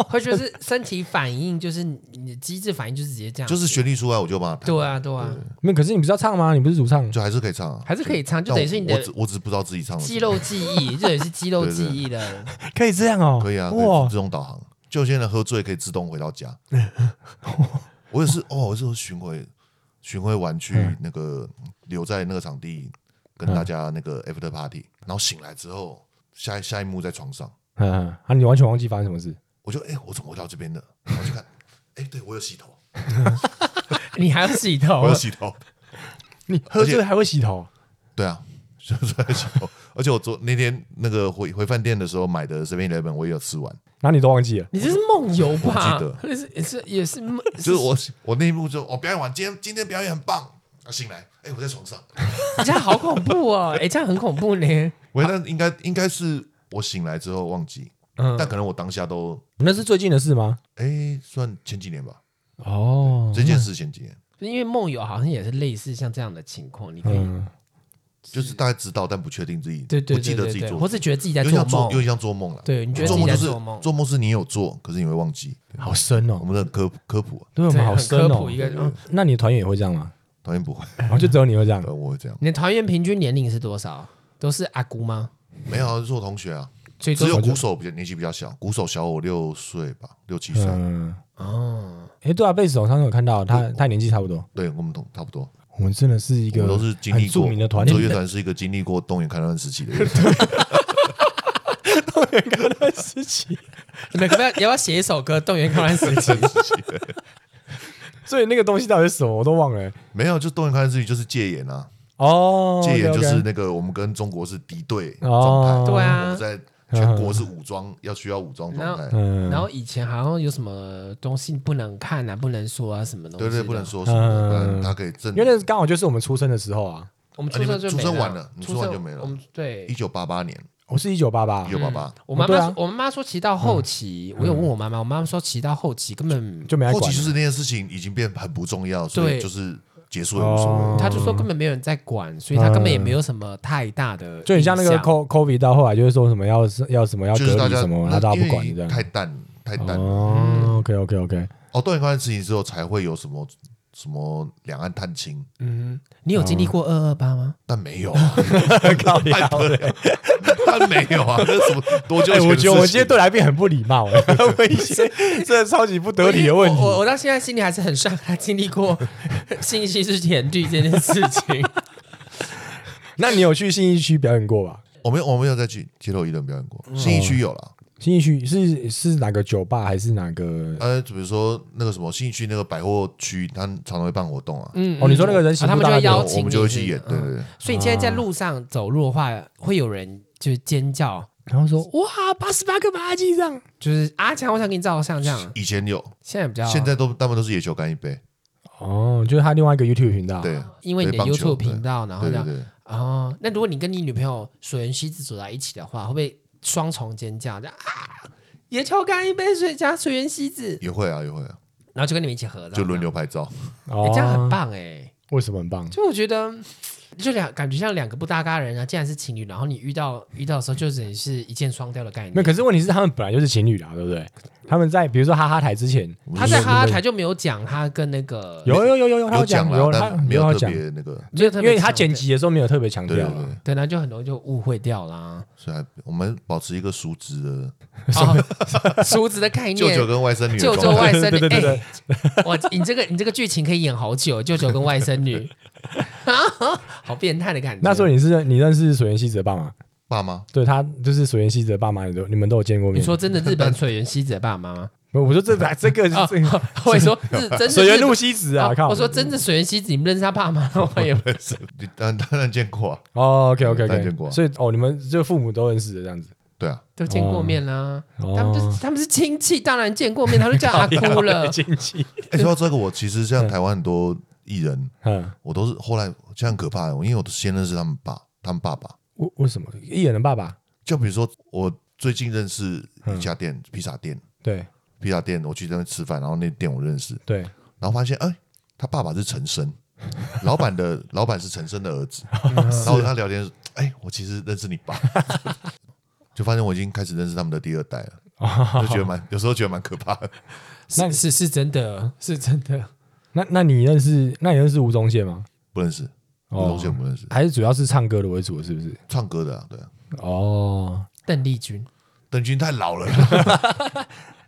会就是身体反应，就是你的机制反应就是直接这样，
就是旋律出来我就帮他弹，
对啊对啊，
没有，可是你不是要唱吗？你不是主唱？
就还是可以唱啊，
还是可以唱，就
但
等于是你
我
的
只我只是不知道自己唱了什么
肌肉记忆，这也是肌肉记忆的。
可以这样哦，
可以啊，可以
哇
自，动导航。就有些人喝醉可以自动回到家。我也是，哦，我是巡回巡回完去那个留在那个场地跟大家那个 after party，然后醒来之后，下一下一幕在床上，
嗯嗯，啊，你完全忘记发生什么事，
我就哎、我怎么回到这边的？然后去看，哎、对我有洗头，
你还要洗头
我有？洗头，
你喝
而
醉
且
还会洗头？
对啊，就是在洗头。而且我昨那天那个回回饭店的时候买的 Seven Eleven 我也有吃完，
然后你都忘记了，
你这是梦游吧？
我
也是也是也是梦，
就是我我那一幕就哦表演完，今天今天表演很棒，啊醒来，哎、我在床上。
你 这样好恐怖哦！哎，这样很恐怖呢。
喂，那应该应该是我醒来之后忘记，但可能我当下都
那是最近的事吗？
哎、算前几年吧，
哦，
这件事前几年
因为梦游好像也是类似像这样的情况，你可以
嗯，
就是大概知道，但不确定自己
对对
不记
对
得
对
自己
对，
做
或是觉得自己在
有点
做
像做，有
梦
点，像做梦了。
对你觉得
做
自己
梦就
在
是
做梦，
做梦是你有做，可是你会忘记。
好深
我
哦，
们的很科普科普、啊，
对我
对
们好
很
深
科
哦
普一。个。嗯
那你的团员也会这样吗？
讨厌不会，
然后就只有你会这样
呃，我会这样。
你的团员平均年龄是多少？都是阿姑吗？
没有、啊，是我同学啊，
所以都
只有鼓手比较年纪比较小，鼓手小我六岁吧，六七岁。
嗯，
哦，
哎，对啊，贝斯手上次有看到他，他年纪差不多。
对我们同差不多，
我们真的是一
我
个
们都是经
很
历过
著名的团
做乐
员，
团是一个经历过动员开乱时期 的乐团。
时期。
你们可不要要不要写一首歌《动员戡乱时期》？
所以那个东西到底是什么，我都忘了欸。
没有，就动员开乱时期就是戒严啊。
哦，
戒严就
OK，OK
是那个我们跟中国是敌对状态，
哦，
对啊
我们在全国是武装，要需要武装状态，
嗯，
然后以前好像有什么东西不能看啊，不能说啊，什么东西？
对对，不能。说什么
嗯
的，不然他可以正
因为。那刚好就是我们出生的时候啊，
我们
啊
出
你
生
们
就
出
没
生完了你
出
出完
生
就没了
我们对
一，九八八年，
我是一九八八
一，九八八，
我妈
对
妈
啊嗯
说，我妈妈说骑到
嗯
后期，我有问我妈妈，我妈妈说骑到后期根本，
就没来
后
管
期就
了。
是那件事情已经变很不重要，所
对
以就是结束也无所
哦
谓。
她就说根本没有人在管，所以她根本也没有什么太大的，
嗯就很像那个 CO COVID 到后来就是说什么要要什么要
就是
隔
大
离
家
什么，然后大家不管
因
这样。
为太淡太淡了
哦，OK OK OK，
哦，动员开乱时期之后才会有什么什么两岸探亲，
嗯，你有经历过二二八吗？
但没有啊，
靠你
太得了， 但没有啊，那什么多久
哎，
前的
我
事
觉
情？
得我今天对来宾很不礼貌， 哎问一些真的超级不得体的问题
我。我我到现在心里还是很伤，他经历 过信息是甜绿这件事情。
那你有去信义区表演过吧？
我没有我没有再去街头艺人表演过，
哦
信义区有了。
信义区是是哪个酒吧还是哪个？
呃，比如说那个什么信义区那个百货区，他常常会办活动啊，
嗯
哦你说那个人行
啊他
路
们
大
就
概没
会
有
邀
我
请
们就会
你嗯
去演，对对对，
嗯
所以你现在在路上走路的话，会有人就是尖叫，
然后说
哇，八十八个麻吉这样，就是阿强，我想给你照相这样。
以前有，
现在比
啊
较，
现在都大部分都是野球干一杯，
哦，就是他另外一个 YouTube 频道，
对，
因为你的
对棒球
YouTube 频道，然后
对
这
对
样
对，
哦。那如果你跟你女朋友水原希子走在一起的话，会不会双重尖叫？这样啊，野球干一杯水加水原希子，
也会啊也会啊，
然后就跟你们一起合照，
就轮流拍照，
这
哦
样，哎，这样很棒哎、
为什么很棒？
就我觉得，就两感觉像两个不搭嘎的人啊，既然是情侣，然后你遇到遇到的时候，就等于是一箭双雕的概
那
念。
可是问题是他们本来就是情侣啦，对不对？
嗯
他们在比如说哈哈台之前，
他在哈哈台就没有讲他跟那个
有有有有有他
讲
有
啦，
他
但没
他
有特
讲，
别那个，
没有特
因
别
为他
强
剪
调
辑的时候没有特别强
对
调
对
啊，
对，
对，
那就很容易就误会掉啦。
所以还我们保持一个熟知的
啊，叔子的概
舅舅
念。
跟外甥女的
舅舅
状
外
态
甥
对对
女，
对对
哎，哇，你这个你这个剧情可以演好久，舅舅跟外甥女， 好变态的感觉。
那时候你是你认识水原希子的爸妈？
爸妈，
对他就是水原希子的爸妈，你都你们都有见过面？
你说真的，日本水原希子的爸 妈吗？
不，我说这这个
啊
这个，
我也说日真的
水原
日
露
本
西子啊，靠！
哦我说真的水原希子，你们认识他爸妈 吗？我也不
你当然当然见过啊，
哦，OK OK
当然见过
OK，
啊
所以哦，你们就父母都认识的这样子。
对啊，
都见过面啦、
哦
他们就是他们是亲戚，当然见过面，他就叫阿姑 了。
经济，
哎，说到这个，我其实像台湾很多艺人，
嗯，
我都是后来这样很可怕的，因为我都先认识他们爸，他们爸爸。
为为什么艺人的爸爸？
就比如说，我最近认识一家店，披萨店，
对
披萨店，我去那边吃饭，然后那店我认识，
对，
然后发现，哎、他爸爸是陈生，老板的 老板是陈生的儿子，然后跟他聊天，哎、我其实认识你爸， 就发现我已经开始认识他们的第二代了，就觉得蛮有时候觉得蛮可怕的。
哎
是是是真的，是真的。
那那你认识那你认识吴宗宪吗？
不认识，
哦
吴宗宪不认识，
还是主要是唱歌的为主，是不是？
唱歌的啊，对啊，
哦，
邓丽君，
邓君太老了啦，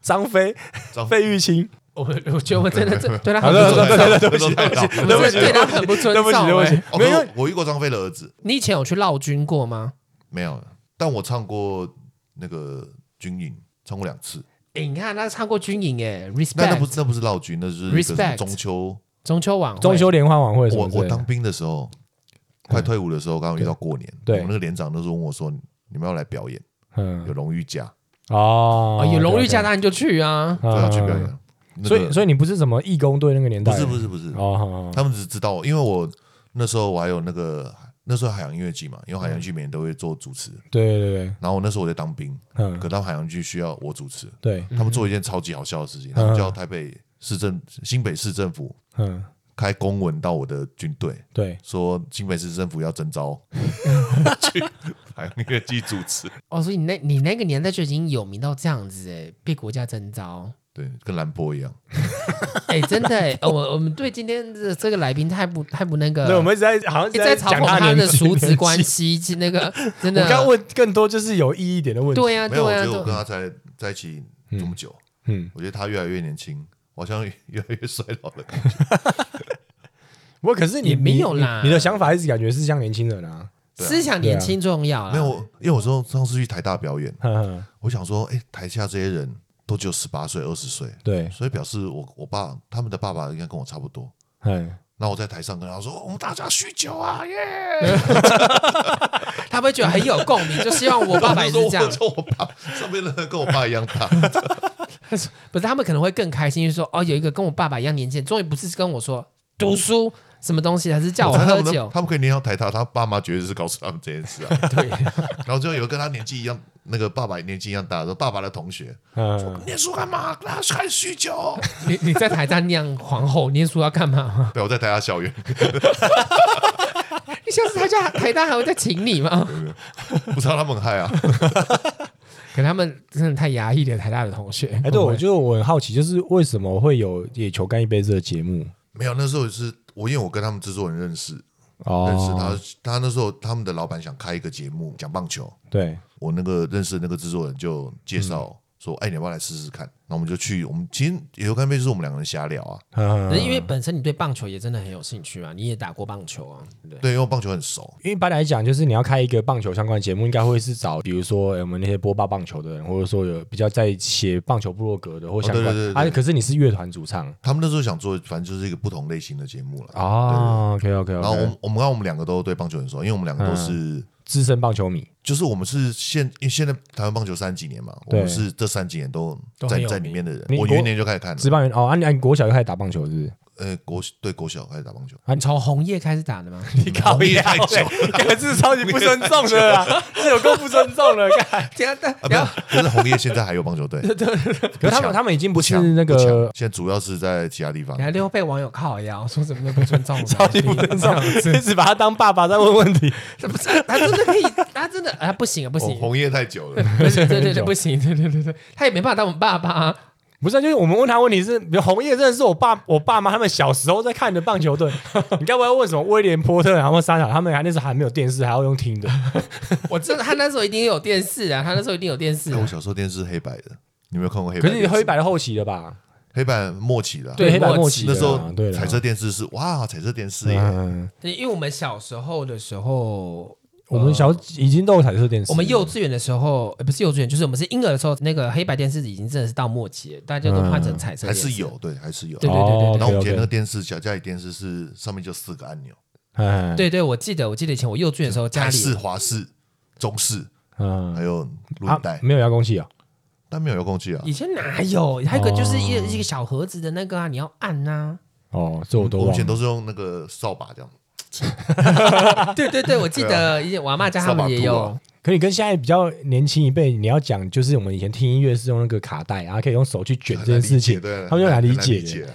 张飞、
张
费玉清，
我我觉得我真 的这对他
好
很
对
不
对
尊
对
重，
对对
不
我
起，对
真的对他很不尊
对不起，对
重
不
欸。
起，
哦，
没有，因
可
为
是我遇过张飞的儿子，
你以前有去绕军过吗？
没有，但我唱过那个军营，唱过两次。
哎，你看他唱过军营哎
那那不
，respect
是那不是闹剧，那是一个什么
Respect
中秋。
中秋晚会，
中秋联欢晚会什
我
么之
我
类的
当兵的时候，快退伍的时候，刚好遇到过年，
对
我们那个连长那时候问我说：“你们要来表演，有
嗯，
荣誉奖，
哦
哦，有荣誉奖
单，
当然就去啊。
对
嗯
啊，去表演。”那
所
个
以所以你不是什么义工队那个年代
不
的，
是不是不是，
哦，好好
他们只知道，因为我那时候我还有那个那时候海洋音乐季嘛，因为海
嗯
洋剧每年都会做主持，
对对对，
然后我那时候我在当兵，
嗯
可，到海洋剧需要我主持，
对，
他们做一件超级好笑的事情，他们叫台北市政新北市政府
嗯，
开公文到我的军队，
对，
说新北市政府要 征召 去海洋音乐季主持，
哦，所以你那你那个年代就已经有名到这样子哎，被国家征召。
对，跟兰波一样，
哎，真的哎，呃我我们对今天的这个来宾太不太不那个，
啊
对，我们一直在好像
一直
在
在嘲
讲
讽他
年
的
纪
叔侄关。
年纪
系，其实那个
我
真的。
刚刚问更多就是有意义一点的问题，
对呀，
没有，我
对
觉
呀，
得我
对
跟
啊
他在在一起这么久，
嗯，
我觉得他越来越年轻，我好像越越来越衰老了。
啊不过可是你
也没有
你
啦
你的想法一直感觉是像年轻人啊，
思想年轻重要啊。
没有，我因为我说上次去台大表演，
呵呵
我想说，哎、台下这些人都只有十八岁、二十岁，
对，
所以表示我我爸他们的爸爸应该跟我差不多。
嗯，
那我在台上跟他说，我们大家酗酒啊，耶！
他们会觉得很有共鸣，就希望我爸爸也
说
是
我
这样。
说我爸上面的人跟我爸一样 大，
不是，他们可能会更开心，就说哦，有一个跟我爸爸一样年纪的，终于不是跟我说读书什么东西，还是叫我
我猜他
喝
们
酒
都。他们可以念到台大，他爸妈绝对是告诉他们这 件事啊。对，然后最后有个跟他年纪一样，那个爸爸年纪一样大，说爸爸的同学
嗯，
念书干嘛？大家看酗酒。
你你在台上酿皇后念书要干嘛吗？
对，我在台大校园，
你下次台 下台大还会再请你吗？
不知道他们很嗨啊。
可他们真的太压抑了，台大的同学。
哎，对，我就我很好奇，就是为什么会有野球干一杯这个节目？
没有，那时候是我因为我跟他们制作人认识，
哦，
认识他，他那时候他们的老板想开一个节目讲棒球，
对，
我那个认识的那个制作人就介绍说，哎，你要不要来试试看？那我们就去，我们其实也有干杯，就是我们两个人瞎聊啊，
嗯
可是因为本身你对棒球也真的很有兴趣啊，你也打过棒球啊，对不对？
对，因为我棒球很熟，
因为一般来讲，就是你要开一个棒球相关的节目，应该会是找比如说呃我们那些播报棒球的人，或者说有比较在写棒球部落格的或相关。
对对对对
啊，可是你是乐团主唱
他们那时候想做，反正就是一个不同类型的节目了。
哦 OK OK
然后我
OK，
们我们刚好我们两个都对棒球很熟，因为我们两个都是、
资深棒球迷。
就是我们是现因为现在台湾棒球三十几年嘛，我
对
们是这三十几年都
都很
在
有
在
名
里面的人
你。
我
国
元年就开始看了
职，棒员哦，啊你啊你国小就开始打棒球是不是？
呃，国对国小开始打棒球，
你从红叶开始打 的吗？
你搞
你也太久了，
可是超级不尊重的啦，是有够不尊重的。干
等一下，但
啊，没有，可是红 叶现在还有棒球队，
可是他们
不抢
他们已经
不
不是
强
那
不强
个
现在主要是在其他地方
你。还溜被网友靠腰，说什么都不尊重我们，
超级不尊 重，一直把他当爸爸在问问题。
不是他真的可以，他真的啊不行啊不
红
哦
行，
哦红叶太久了，
不是对对对不行，对对对对，他也没办法当我们爸爸啊。
不是啊，就是我们问他问题是，比如红叶真的是我爸我爸妈他们小时候在看的棒球 队，你该不会问什么威廉波特然后三场，他们还那时候还没有电视，还要用听的。
我真的，他那时候一定有电视啊，他那时候一定有电视、
哎我
啊。
小时候电视黑白的，你有没有看过黑
可
白电视？
是黑白的后期了吧？
黑白末期的啊，
对
黑白
末
末
期
期
那
的
时候
啊对啦
彩色电视是哇，彩色电视耶，
嗯，
对，因为我们小时候的时候，
我们小已经都有彩色电视，哦
我们幼稚园的时候，呃不是幼稚园，就是我们是婴儿的时候，那个黑白电视已经真的是到末期了，大家都换成彩色
嗯还
电视。
是有，对，还是有。
对对
哦
然后我们以前那个
OK，OK
电视，小家里电视是上面就四个按钮，
嗯，
对对，我记得，我记得以前我幼稚园的时候，家
台
里
式、华式、中式，还
嗯，
有录
啊
影带，
没有遥控器啊，
但没有遥哦控器啊。
以前哪有？还有一个就是一个、一个小盒子的那个啊，你要按呐、
哦，这我都
我们以
忘
前
了。
都是用那个扫把这样，
啊。对对对，我记得以前我阿妈家他们也
啊扫把啊
有
兔。
可你跟现在比较年轻一辈，你要讲就是我们以前听音乐是用那个卡带，然后可以用手去卷这件事情，
很难理解 对，
他们就来
很
理
难
解啊
理
的
解。啊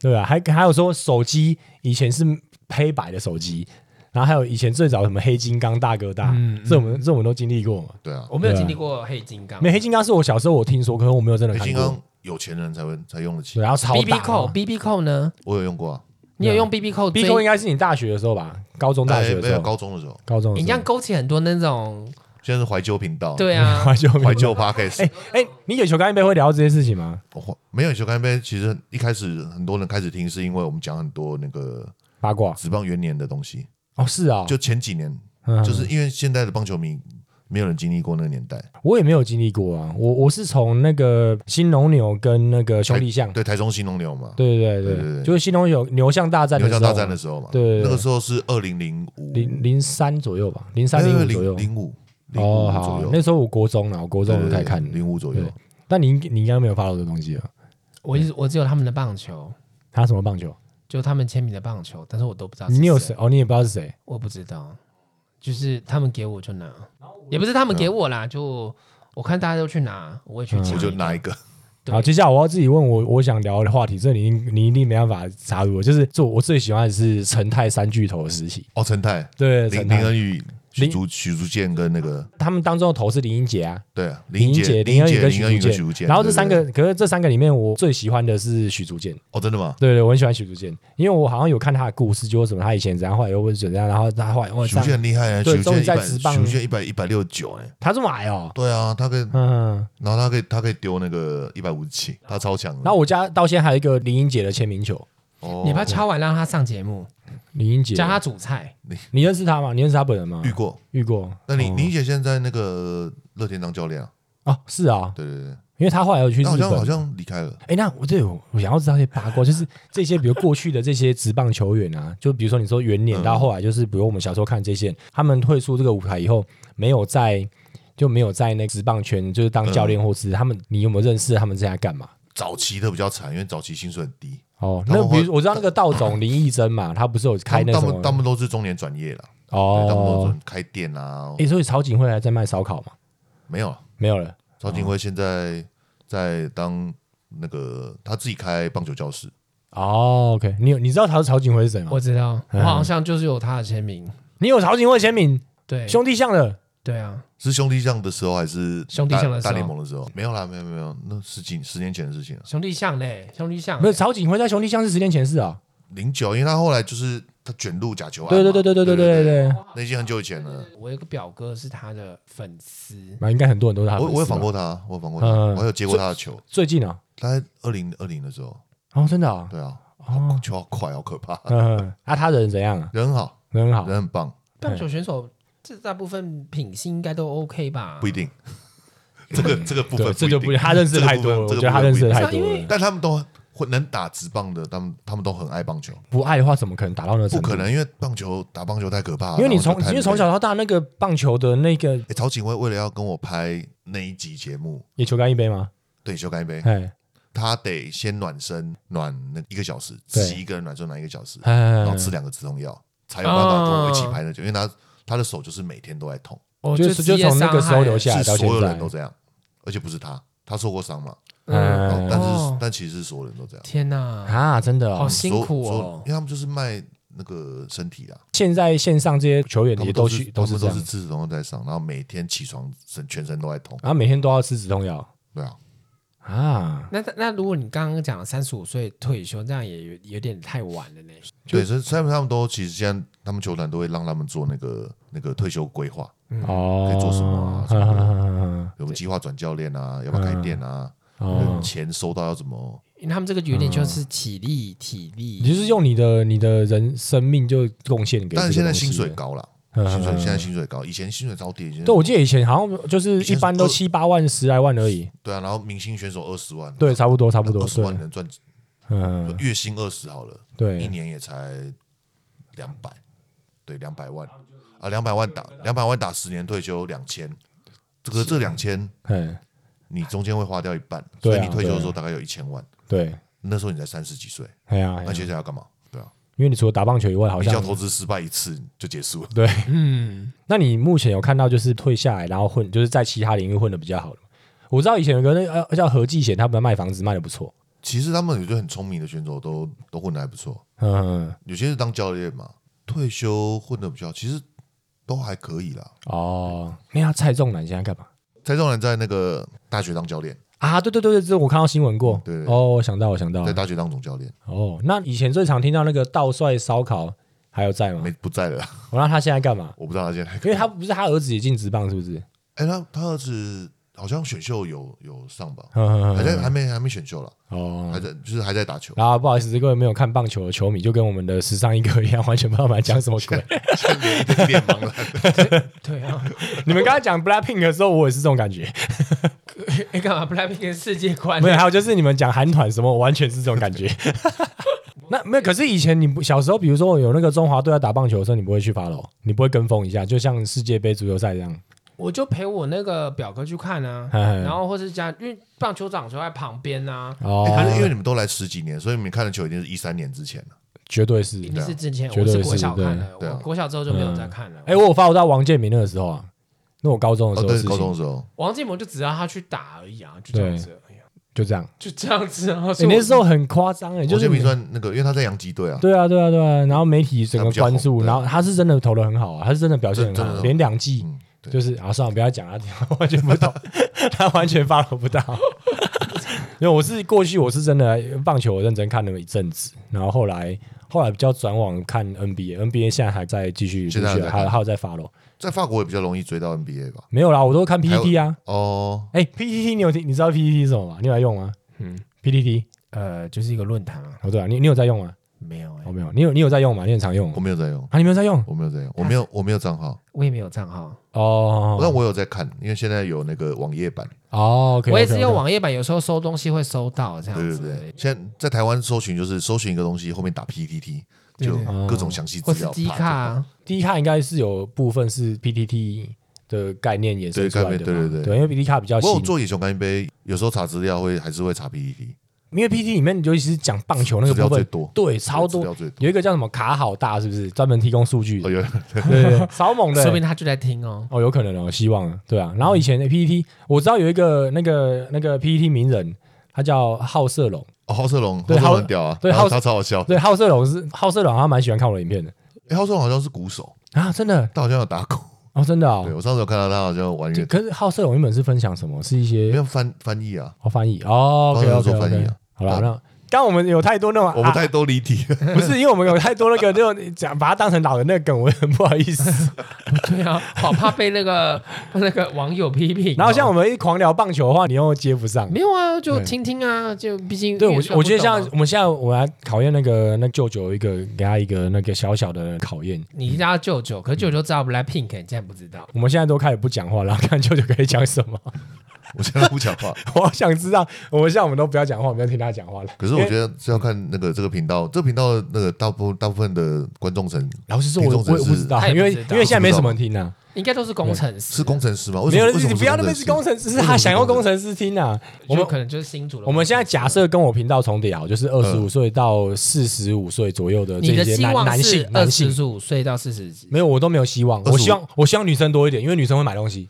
对吧、还还有说手机以前是黑白的手机，然后还有以前最早什么黑金刚、大哥大，
嗯
这我们这我们都经历过嘛。
对啊，
我没有经历过黑金刚，
没黑金刚是我小时候我听说，可是我没有真的
黑
看
金
过。
刚有钱人才会才用得起
对，，然后超
B B
哦
大
扣 B B 扣呢？
我有用过啊，
你有用 B B 扣
B 扣应
该
该是你大学的时候吧，高中大
哎
学的
没
时
有
候，
高中的时候，
高中的
你
时
这
候
样。勾起很多那种
现在是怀旧频道，，
对啊，
怀旧
怀旧 podcast，
哎哎，你给球干一杯会聊到这些事情吗？
我怀没有球干杯，其实一开始很多人开始听，是因为我们讲很多那个
八卦
职棒元年的东西，
哦，是啊，
就前几年，
嗯
就是因为现在的棒球迷没有人经历过那个年代，
我也没有经历过啊，我我是从那个新龙牛跟那个兄弟象，
对台中新龙牛嘛，
对对对
对对对
就是新龙牛牛象大战的
牛
时候
角大战的时候嘛，
对对对
那个时候是二零零五
零零三左右吧，零三零五左右。
呃零五零
哦，
五
好
左，右，
那时候我国中啊了，我国中我就开始看了。
零五左右
对，但你你应该没有发到这东西了，
我一直我只有他们的棒球，
他什么棒球？
就他们签名的棒球，但是我都不知
啊
道是
你有谁？哦，你也不知道是谁。
我不知道，就是他们给我就拿，也不是他们给我啦，
嗯
就我看大家都去拿，我也去抢
我就拿一个，
对
好，接下来我要自己问我我想聊的话题，这你一定你一定没办法插入。啊就是做我最喜欢的是陈泰三巨头的时期，
哦，陈泰，
对，
林
陈
林
泰
恩宇、许
林
竹许竹健跟那个
他们当中的头是林英杰啊，
对啊，
林
林杰、
林
杰、
跟
林恩宇
竹
跟许竹健，
然后这
对
三
对
个
对，
可是这三个里面我最喜欢的是许竹健。
哦，真的吗？
对对，我很喜欢许竹健，因为我好像有看他的故事，就是什么他以前怎样，后来又会怎样，然后他后来我哦
许竹健很厉害啊，
对
许竹
终于在
健一百，
职
许
棒
竹健一百一百六九哎，
他这么矮哦，
对啊，他可以，
嗯。
然后他可以，他可以丢那个一百五十七，他超强的。
然后我家到现在还有一个林英杰的签名球，
哦
你把他敲完让他上节目，
哦林英杰，
教他煮菜，
你认识他吗？你认识他本人吗？
遇过，
遇过
那林
哦
林姐现在那个乐天当教练啊，
哦，是啊，
对对对，
因为他后来有去日
那好
本，
像好像离开了，
哎，那我对我我想要知道一些八卦，就是这些比如过去的这些职棒球员啊，就比如说你说元年
嗯
到后来，就是比如我们小时候看这些，他们退出这个舞台以后，没有在就没有在那个职棒圈就是当教
嗯
练或是他们，你有没有认识他们是在干嘛？
早期的比较惨，因为早期薪水很低，
哦，
他
那
们
比
会
如我知道那个道总林义珍嘛，他不是有开那
他
什
们他
么
们都是中年转业了，对他们都
哦
是，开店啊，
哎，所以曹景惠还在卖烧烤嘛？
没有了。
没有了。
曹景辉现在在当那个他自己开棒球教室，
哦，OK，你有你知道曹曹景辉是谁吗？
我知道，
嗯
我好像就是有他的签名，
你有曹景辉签名，
对，
兄弟像的，
对啊，
是兄弟象的时候还是
兄弟象的时候
大大联盟的时候？没有啦，没有没有，那十几十年前的事情了。
兄弟像嘞，兄弟像
没有曹景辉在兄弟像是十年前的事啊。
零九，因为他后来就是他卷入假球案嘛，
对对对对对对对对，
那已经很久以前了。
我有个表哥是他的粉丝，
那应该很多人都是他的
我
粉丝吧。
我有访过他，我有访过他，
嗯
我还有接过他的球，
最近啊，
他在二零二零的时候，
哦，真的啊，
对啊，
哦，
球好快，好可怕，
嗯，啊，他人怎样啊？
人很好，
人很好
人，很棒，
棒球选手这大部分品性应该都 OK 吧？
不一定，这个这个部
对，
分
这就不
一定
他认识的太多了，我
这个部分
觉得他认识的
这个部分不一
太
因
定
多
为
了。
但他们都会能打直棒的，他们他们都很爱棒球。
不爱的话，怎么可能打到那个
不
程度
可？能，因为棒球打棒球太可怕了。
因为你
然
从
后就太
因为从小到大那个棒球的那个
诶欸曹景辉为了要跟我拍那一集节目，
野球干一杯吗？
对，修改一 杯，
哎
他得先暖身，暖那一个小时，
对
自己一个人暖身暖一个小时，
哎
然后吃两个止痛药，才有办法跟我一起拍
哦
那集，因为他他的手就是每天都在痛，
我
就是就从那个时候留下来
是
到现
所有人
在
都，这样，而且不是他，他受过伤嘛，
嗯，
然后
嗯
但是
哦
但其实是所有人都这样，
天哪，
啊，真的哦
好辛苦
所有所有
哦
因。为他们就是卖那个身体啊，
现在线上这些球员
他
也
们都
去
他
都
们
这
都
样
是，自始痛在上，然后每天起床身全身都在痛，
啊然后每天都要吃止痛药
对啊，
啊。
那那如果你刚刚讲三十五岁退休，这样也有有点太晚了呢。
对，所以所以他们都其实现在他们球团都会让他们做那个那个退休规划，
哦，
嗯可以做什么啊什么的
么
有没有计划转教练啊，要不要开店啊，
哦，
钱收到要怎么？
因为他们这个有点就是体力、体力，
嗯你就是用你的你的人生命就贡献给这个东西了。
但是现在薪水高了，
嗯
薪水现在薪水高，以前薪水超低，现在
对，我记得以前好像就是
以前
一
是
般都
二
七八万、十来万而已。
对啊，然后明星选手二十万，
对，差不多，差不多。
二十万
对，
能赚
嗯，
月薪二十好了，一
对，
年也才两百，对，两百万啊，两百万打两百万打十年退休两千，这个这两千
嗯，
你中间会花掉一半，
对啊
所以你退休的时候大概有一千万，
对，
那时候你才三十几岁，
哎呀，哎
那
呀
接下来要干嘛？对啊，
因为你除了打棒球以外，好
你只要
像
投资失败一次就结束了。
对。
嗯，
那你目前有看到就是退下来，然后混就是在其他领域混的比较好的吗？我知道以前有个那个呃叫何继贤，他本来卖房子卖的不错。
其实他们有些很聪明的选手都都混得还不错，
嗯，
有些是当教练嘛，退退休混得比较，其实都还可以啦。
哦，
嗯
那他蔡仲南现在干嘛？
蔡宗南在那个大学当教练，
啊，对对对对，这我看到新闻过。
对对对
哦，我想到，我想到
在
了。
大学当总教练，
哦，那以前最常听到那个道帅烧烤还有在吗
没？不在了啦，
我、哦、那他现在干嘛？
我不知道他现在。
因为他不是他儿子也进职棒，是不是？
哎，他他儿子好像选秀有有上吧，
呵呵呵
还在还没还没选秀了，还
嗯哦。
在就是还在打球。
然啊后不好意思，各位没有看棒球的球迷，就跟我们的时尚一哥一样，完全不知道我们在讲什么 鬼。
脸盲了，
对啊，
你们刚才讲 Blackpink 的时候，我也是这种感 觉。
哎，干嘛 Blackpink 世界观
没？有，还有就是你们讲韩团什么，我完全是这种感 觉。那没有，可是以前你不小时候，比如说有那个中华队在打棒球的时候，你不会去 follow，你不会跟风一下，就像世界杯足球赛这样。
我就陪我那个表哥去看啊，
嗯
然后或是家，因为棒球场就在旁边啊，
哦
哎可是因为你们都来十几年，所以你们看的球已经是一三年之前了。
绝对是
一。定是之前
绝
我
对
是国
是
小
对
看的，
啊对啊
我国小之后就没有再看了。
哎、我有 follow 到王建民那个时候啊，那我高中的时
哦，
候的
对
事，情，
高中的时候，
王建盟就只让他去打而已啊，就这样子而已啊，
就这样。
就这样子啊。
哎你、
所以我
那时候很夸张哎，就
就是是
你
你算那个，因为他在洋基队啊，
对啊，对啊，对啊。然后媒体整个
他比较
关注，
红对
然后他是真的投的很好啊，他是真的表现
真
很
真
好，
的
连两季。
嗯，对
就是啊， 算了，不要讲了，他完全不 懂，他完全 follow 不到。因为我是过去我是真的棒球，我认真看了一阵子，然后后来后来比较转往看 NBA，NBA 现在还在继续继
现在还
续，
在
还
看
还有在 follow。
在法国也比较容易追到 NBA 吧？
没有啦，我都看
还有
PPT 啊。
哦，
哎，PPT 你有听？你知道 PPT 是什么吗？你有在用吗？嗯，PPT
呃，就是一个论坛啊，
哦，对啊，你你有在用吗？哦
没有哎
我、，没有，你有你有在用吗？你很常用吗
我没有在用，
啊？你没有在用
我没有在用，我没有我没有账号，
我也没有账号，
哦？
但我有在看，因为现在有那个网页版，
哦，OK，
我也是用
OK，OK
网页版，有时候搜东西会搜到这样
对对
子而
对
已，。
现在在台湾搜寻就是搜寻一个东西，后面打 PPT 就
对
各种详细资
或是
料，
低
啪
卡啊，
D 卡应该是有部分是 PTT 的概念衍生
对
出来的嘛，
概念对对对
因为 PTT 卡比较
不过我
新，
做野熊干杯，有时候查资料会还是会查 PPT，
因为 PTT 里面尤其是讲棒球那个
资料
部分
最多
对，超
资
多
料，最多。
有一个叫什么卡好大，是不是专门提供数据
哦
的？
有，
对对，对超猛的
说，明他就在听哦。
哦，有可能哦，希望啊，对啊。然后以前的 PTT 我知道有一个那个那个 PTT 名人，他叫好色龙，
哦，浩瑟龙，浩
对
瑟龙
浩
很屌啊，
对
然后
浩
他超好笑。
对，好色龙是好色龙，他蛮喜欢看我的影片的
哎，浩瑟龙好像是鼓手，
啊，真的
他好像有打鼓。
哦，真的哦
对。我上次有看到他好像玩乐，
可是好色龙原本是分享什么？是一些
没有翻翻译啊，
哦，翻译哦
帮
，OK
人
OK
做
OK，
翻译啊
好了，
啊
那刚我们有太多那种，
我们太多离题了。
啊不是因为我们有太多那个那种讲把它当成老人那个梗，我很不好意思。
对啊，好怕被那个那个网友批评哦。
然后像我们一狂聊棒球的话，你又接不上。
没有啊，就
对
听听啊，就毕竟
对
因为
我
看，不
我觉得
懂啊
像我们现在，我来考验那个那舅舅一个，给他一个那个小小的考验。
你一定要舅舅，可是舅舅知道 Blackpink，你竟然不知道。
我们现在都开始不讲话，然后看舅舅可以讲什么。
我现在不讲话，
我想知道，我们现在我们都不要讲话，我们要听他讲话了。
可是我觉
得，
得是要看那个这个频道，这个频道的那个大部大部分的观众层
老实说，我
听众
我也
层
不
是
知道，
他也
因
不
为
知道
因为现在没什么人听啊。
应该都是工程师，啊
是工程师吗？为
没
什
有
么？
人
为什么
你不要那
么
边是工程师，是他
为什么是
想要
工
工
程
程师听啊。我
我
们
们可能就是新主的工程师。
我们现在假设跟我频道重叠啊，就是
嗯
二十五岁到四十五岁左右的
你
这
的
些
希
男
望
男
是
性
二
男性，
十五岁到四十几，
没有我都没有希望，
25
我希望我希望女生多一点，因为女生会买东 西。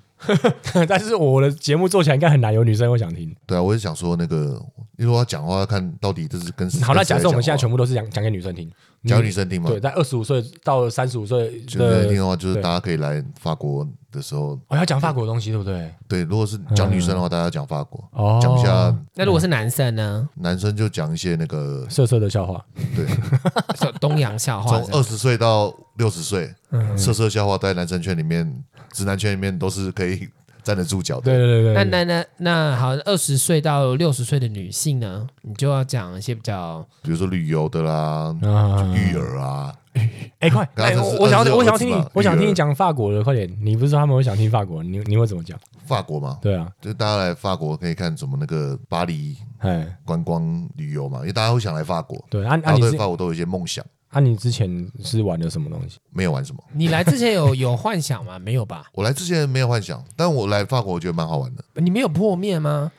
但是我的节目做起来应该很难有女生会想听。
对啊，我是想说那个，因为我要讲话，要看到底这是跟
好，那假设我们现在
全
全部都是讲讲给女生听，
讲给女生听嘛，
对，在二十五岁到三十五岁
全部听
的，
的话，就是
对
大家可以来法国的时候，
哦我要讲法国的东西，对不对？
对，如果是讲女生的话，大家要讲法国，
嗯哦
讲一下
那如果是男 生呢？
男生就讲一些那个，
色色的笑话，
对，
说东洋笑话
从
是吧，
二十岁到六十岁，
嗯
色色笑话在男生圈里面、直男圈里面都是可以站得住脚
对
的。
对对对。
那
对
那那那好，二十岁到六十岁的女性呢，你就要讲一些比较
比如说旅游的啦、
啊，
育儿啊，
哎，快！
刚才
哎我
是
我想
26
要，我想要听
是
你
吧，
我想听
育
你
儿
讲法国的，快点！你不是说他们会想听法国，你你会怎么讲？
法国嘛，
对啊，
就是大家来法国可以看什么那个巴黎
哎，
观光旅游嘛，因为大家会想来法国，
对，按
大
按
家
你
啊对
是
法国都有一些梦想，
啊，你之前是玩的什么东西？
没有玩什么。
你来之前有有幻想吗？没有吧？
我来之前没有幻想，但我来法国我觉得蛮好玩的。
你没有破灭吗？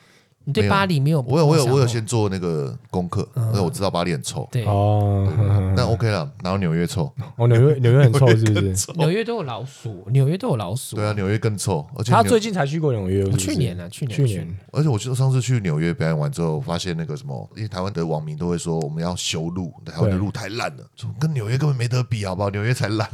你对巴黎没有？
我有我有
梦想
哦
我有
吗
先做那个功课，
嗯
因为我知道巴黎很臭，
对
哦，呵呵
但 OK 了，然后纽约臭，
哦，纽约纽约很臭是不是？
纽约都有老鼠，纽约都有老鼠。
对啊，，纽约更臭，而且
他
纽
最近才去过纽约，是不是
去年啊，去年
去年，
而且我就上次去纽约表演完之后，发现那个什么，因为台湾的网民都会说我们要修路，台湾的路太烂了，说跟纽约根本没得比，好不好？纽约才烂，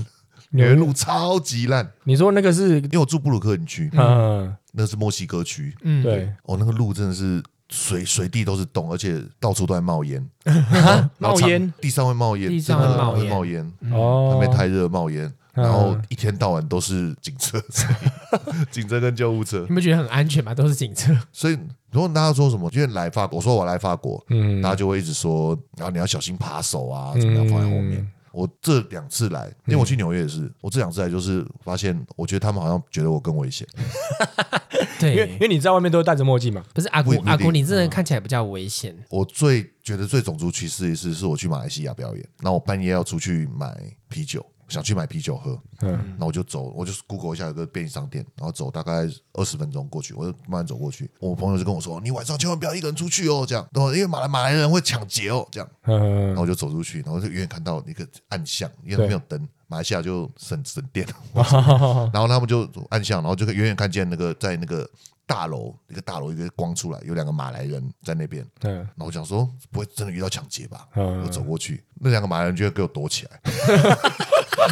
纽约路超级烂。
你说那个是
因为我住布鲁克林区，
嗯，
那是墨西哥区，
嗯，
对，
哦，那个路真的是随随地都是洞，而且到处都在 冒烟，然
冒
后常
烟
地上会冒烟，
地上
真的
会冒烟
会冒烟，
哦
因为太热冒烟，然后
嗯
一天到晚都是警车， 警车跟救护车
你，们觉得很安全吗？都是警车，
所以如果大家说什么，因为来法国，我说我来法国，
嗯
大家就会一直说，然后你要小心扒手啊，怎么样放在后面。
嗯
我这两次来，因为我去纽约也是，我这两次来就是发现，我觉得他们好像觉得我更危险。
因为因为
对，
你在外面都会戴着墨镜嘛，
不是阿
不一
古
定
阿古，你真的看起来比较危险。
我最觉得最种族歧视一次是我去马来西亚表演，那我半夜要出去买啤酒，想去买啤酒喝，
嗯，
那我就走，我就 Google 一下有个便利商店，然后走大概二十分钟过去，我就慢慢走过去。我朋友就跟我说：“你晚上千万不要一个人出去哦，这样，哦因为马来马来人会抢劫哦，这样。”然后
嗯，
我就走出去，然后就远远看到一个暗巷，因为没有灯，马来西亚就省省 电，然后他们就暗巷，然后就远远看见那个在那个大楼一个大楼一个光出来，有两个马来人在那边，
嗯，
然后我想说不会真的遇到抢劫吧？
嗯
我走过去，那两个马来人就给我躲 起来。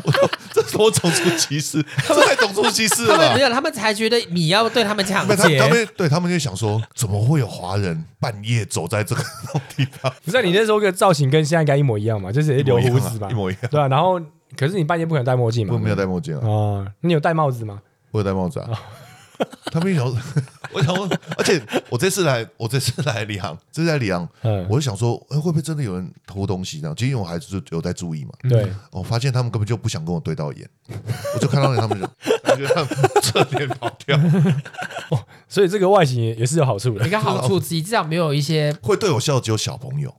我说这是我种族歧视，这太种族歧视了
他们没
吧。
有，他们才觉得你要对他们抢
啊没有他
劫
他。们对他们就想说，怎么会有华人半夜走在这个 这种地方？
不是啊你那时候个造型跟现在应该一模一样嘛，就是留胡子嘛，
一模一样啊一模一样
对啊，然后可是你半夜不可能戴墨镜嘛，
我没有戴墨镜啊，
哦，你有戴帽子吗？
我有戴帽子
哦
啊。 他们一想说，我想说，而且我这次来，我这次来里昂，这次来里昂，
嗯
我就想说，哎、会不会真的有人偷东西这样？其实因为我还是有在注意嘛。
对，
我发现他们根本就不想跟我对到眼，我就看到他们就，我觉得他们侧脸跑掉，
所以这个外形也也是有好处 的
一。个好处之一，至少没有一些，
会对我笑只有小朋友，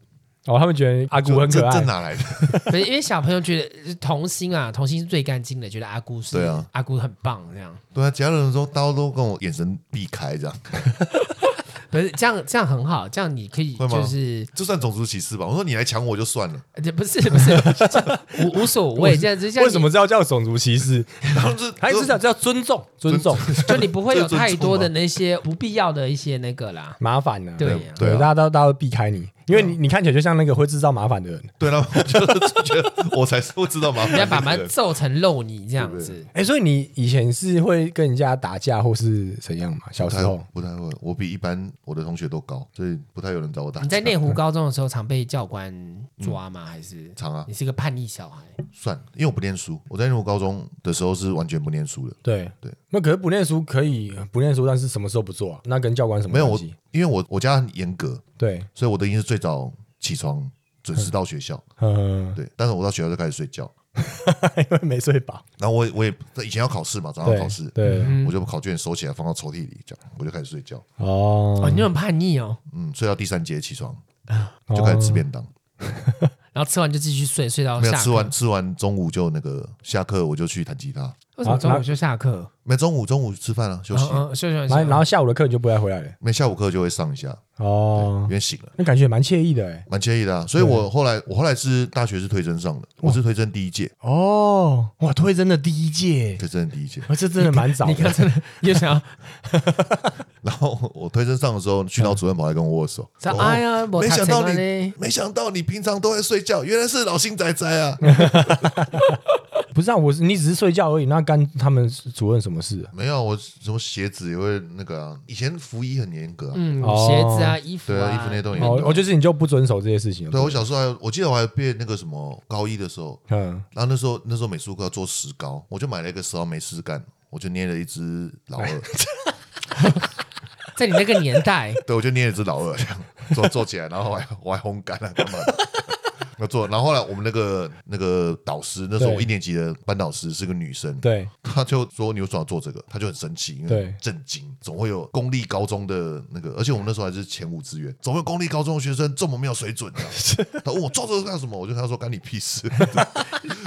哦，他们觉得阿
啊这
古很可
这
爱
这，哪来的？
不是因为小朋友觉得童心啊，童心是最干净的，觉得阿姑是
对啊
阿姑很棒这样。
对啊，其他人说大家都跟我眼神避开这样，
不是这样，这样很好，这样你可以
会吗
就是
这算种族歧视吧？我说你来抢我就算了，
呃不是不是无无所 谓，这样子这样
为什么这要叫种族歧视？
他们是
还是叫叫尊重，尊重
你就你不会有
这是尊重吗
太多的那些不必要的一些那个啦。
麻烦呢？
对呀
对
对，
啊
大家都大家都避开你，因为你你看起来就像那个会制造麻烦的人。
对啊了，我就觉得我才是不知道麻
人
烦
家
的
把
那个
门
人。
揍成肉泥这样子，
哎，所以你以前是会跟人家打架或是怎样嘛？小
不
时
太
候
不太会，我比一般我的同学都高，所以不太有人找我打。
你在 内湖高中的时候常被教官抓吗？还是
常啊
你是个叛逆小孩？
嗯
算，因为我不念书，我在内湖高中的时候是完全不念书的。
对
对，
那可是不念书可以不念书，但是什么时候不做啊？那跟教官什么
没有
关
我
系？，
因为我我家很严格，
对，
所以我的已经是最早起床，准时到学校。
嗯，
对，但是我到学校就开始睡觉，
因为没睡饱，
然后我也我也以前要考试嘛，早上
对
考试，
对，
嗯
我就把考卷收起来放到抽屉里，这样我就开始睡觉。
哦，
哦，
你很叛逆哦，
嗯，睡到第三节起床
哦
哦就开始吃便当，
然后吃完就继续睡，睡到
没
哦
有
下课
吃完吃完中午就那个下课我就去弹吉他，
为什么
啊
中午就下课？
没中午中午吃饭啊休
嗯
息，
嗯，休息
然
完
后
下
哦然后下午的课你就不再回来了。
没下午课就会上一下，
哦
嗯
因，为醒了。
那感觉也蛮惬意的哎。
蛮惬意的啊，所以我后来我后来是大学是推甄上的，我是推甄第一届，
哦，哇，推真的第一届，
推甄第一届。
哇这真的蛮早
你看
的。
真的又想要
然后我推甄上的时候，训导主任跑来跟我握手，
说
哦
哎呀没
没想到
读册呢
你没想到你平常都在睡觉，原来是老性仔仔啊！
不是啊，我是你只是睡觉而已，那干他们主任什么事啊？
没有，我什么鞋子也会那个啊，以前服役很严格啊，
嗯
哦
鞋子啊衣服
对啊，衣服那些
啊，
都很严
哦，
格。
我就是你就不遵守这些事情。
对，我小时候还有，我记得我还被那个什么高一的时候，
嗯，
然后那时候那时候美术课要做石膏，我就买了一个石膏没事干，我就捏了一只 老二，
在你那个年代
啊对，我就捏了一只老二这样做做起来，然后我还我还烘干了干嘛的？ 那做，然后后来我们那个那个导师，那时候
对
我一年级的班导师是个女生，
对
她就说你为什么要做这个？她就很生气，因
对
为震惊，总会有公立高中的那个，而且我们那时候还是前五志愿，总会有公立高中的学生这么没有水准 的、她问我做这个干什么？我就跟她说干你屁事，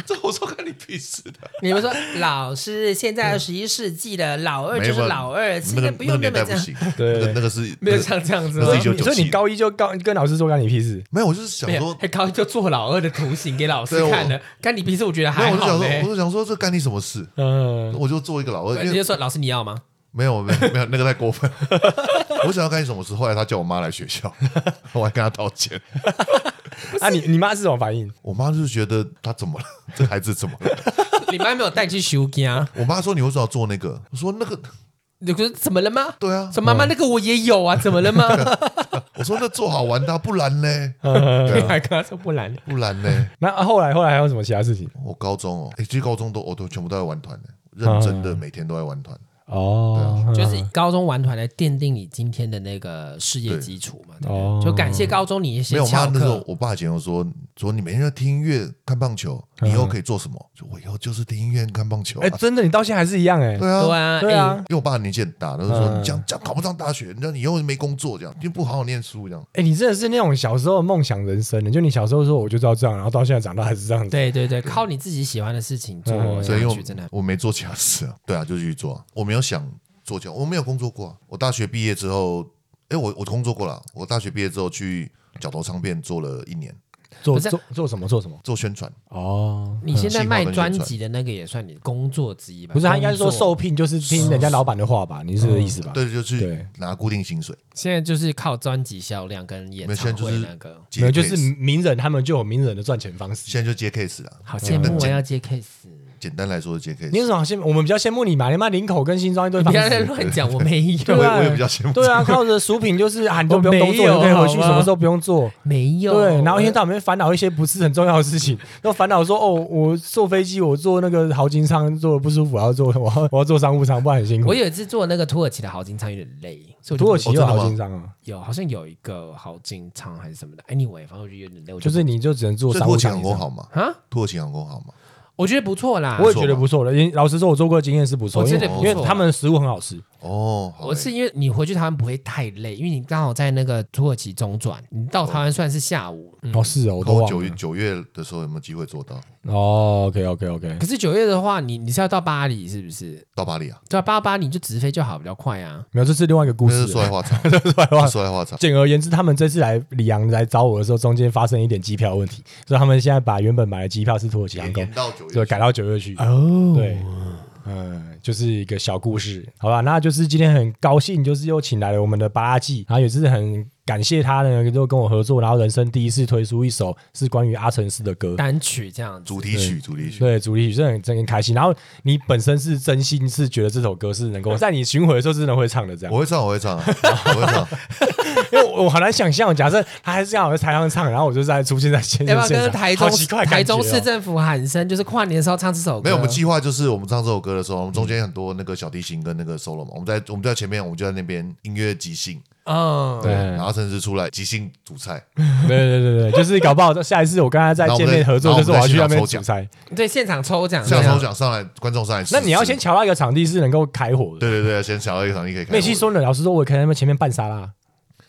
这我说干你屁事的。
你们说老师现在二十一世纪的老二
没
就
有
是老二，现
那
在
个
不
那个
用那
年代
么
不
这样，
行，
对
那个那个是
没有
那个
像这样子
那
哦。
是一九
所以你高一就告跟老师说干你屁事，
没有，我就是想
没有
说，
还高就做老二的图形给老师
对我
看的。干你平时我觉得
没
还
有，我就
好
想
呢
说，。我就想说这干你什么事？
嗯，
我就做一个老二，
哎你
因
就
为
说老师你要 吗？
没有没有没有那个太过分。 我想要干你什么事？后来他叫我妈来学校， 我还跟他道歉。
啊你你妈是什么反应？
我妈就是觉得他怎么了？ 这孩子怎么了？
你妈没有带去修家，
我妈说你为什么要做那个？我说那个
你说怎么了吗？
对啊，
说妈
嗯
妈那个我也有啊，怎么了 吗？
我说那做好玩的啊，不然呢？
你还哎跟他说不然，
不然呢？
那啊后来后来还有什么其他事情？
我高中哦，哎，其实高中都我都全部都在玩团的，认真的每天都在玩团。啊
哦，
就是高中玩团来奠定你今天的那个事业基础嘛。对不对
哦
就感谢高中你一些
没有，我妈
翘
那时候
课，
我爸以前就说说你每天要听音乐、看棒球，你以后可以做什么？就我以后就是听音乐、看棒球啊。
哎，真的你到现在还是一样哎，
对啊，
对啊，
对
哎
啊，
因为我爸年纪很大，他就说
嗯
你这样这样考不上大学，你知道你以后没工作，这样就不好好念书这样。
哎，你真的是那种小时候的梦想人生的，欸就你小时候说我就知道这样，然后到现在长大还是这样子。
哎对对对，靠你自己喜欢的事情
嗯
做
所以
下
我
去，真的
我没做其他事啊，对啊，就继续做啊。我没有想做其他，我没有工作过啊。我大学毕业之后，哎，我我工作过了。我大学毕业之后去角头唱片做了一年，
做
不是
做做什么做什么？
做宣传。
哦，
你现在卖
信号跟
专
宣传
辑的那个也算你工作之一吧？
不是他应该是说
工作
受聘就是听人家老板的话吧？你是这个意思吧？
嗯对，就
啊对
是拿固定薪水，
现在就是靠专辑销量跟演
没有
唱
现在就
会
是
那个，
接
没有，就是
case
名人他们就有名人的赚钱方式。
现在就接 case 了。
好羡慕我啊要接 case。
简单来说是接
你有
case，
什么好羡慕？我们比较羡慕你嘛，你妈林口跟新庄一堆
你
房
不 要再
子。
乱讲，我没
我
对
有，
也
啊
我也比较 羡慕。
对啊，靠着薯品就是啊，你都
我
不用工
没
作，
有
你可以回去，
好吗
什么时候不用做？
没有。
对，然后一天到晚在烦恼一些不是很重要的事情， 都烦恼说哦，我坐飞机，我坐那个豪金舱坐的不舒服，我要坐我要 我要坐商务舱，不然很辛苦
我。有一次做那个土耳其的豪金仓有点累，所以我就
土耳其
哦
有
真的吗
豪金舱啊，
有好像有一个豪金仓还是什么的。Anyway，反正我就有点累，我
就是你就只能坐
所以
商
土
务
耳其
舱
航
以
空
上。
好吗？
啊，
土耳其航空好吗？
我觉得不错啦
我。也觉得不错的，因为老实说，我做过的经验是不错，
我
因
觉
为
得
不
因
错
为他们的食物很好吃。
哦，好
我
欸
是因为你回去台湾不会太累，因为你刚好在那个土耳其中转，你到台湾算是下午。嗯
哦，是哦，我
看
都
我
忘
九月
了。
九月的时候有没有机会做到
哦，OK OK OK，
可是九月的话，你你是要到巴黎是不是？
到巴黎啊？
对啊，巴巴黎就直飞就好，比较快啊。
没有，这是另外一个故
那
事
是。说来 话长，
说来话
是说来话长。
简而言之，他们这次来里昂来找我的时候，中间发生一点机票问题，所以他们现在把原本买的机票是土耳其航空
延，到九月
就
去，
改到九月去。哦，对，嗯，就是一个小故事，好吧？那就是今天很高兴，就是又请来了我们的巴拉季，然后也是很感谢他呢，就跟我合作，然后人生第一次推出一首是关于阿成斯的歌。
单曲这样子
主题曲，主题曲。
对，主题曲真的很真的很开心。然后你本身是真心是觉得这首歌是能够在你巡回的时候是能会唱的，这样。
我会唱，我会唱，啊我会唱。
因为我我很难想象，假设他还是要我在台上唱，然后我就在出现在 现
要不
场，
要跟
现
台
场，
中
好奇怪的
台
感觉哦，
中市政府喊声，就是跨年的时候唱这首歌？
没有，我
啊
们计划就是我们唱这首歌的
嗯
时候，我们中间很多那个小提琴跟那个 solo 嘛，我们在我们在前面，我们就在那边音乐即兴，
嗯，
对
然后甚至出来即兴煮菜，
对对对对，就是搞不好下一次我跟他再见面合作，就是我要去那边主菜。
对，现场抽奖，
这样
对啊
抽奖上来，观众上来吃，
那你要先
吃
瞧到一个场地是能够开火的。
对对对，先抢到一个场地可以开。
那其实，说呢，老实说，我可以在那边前面拌沙拉，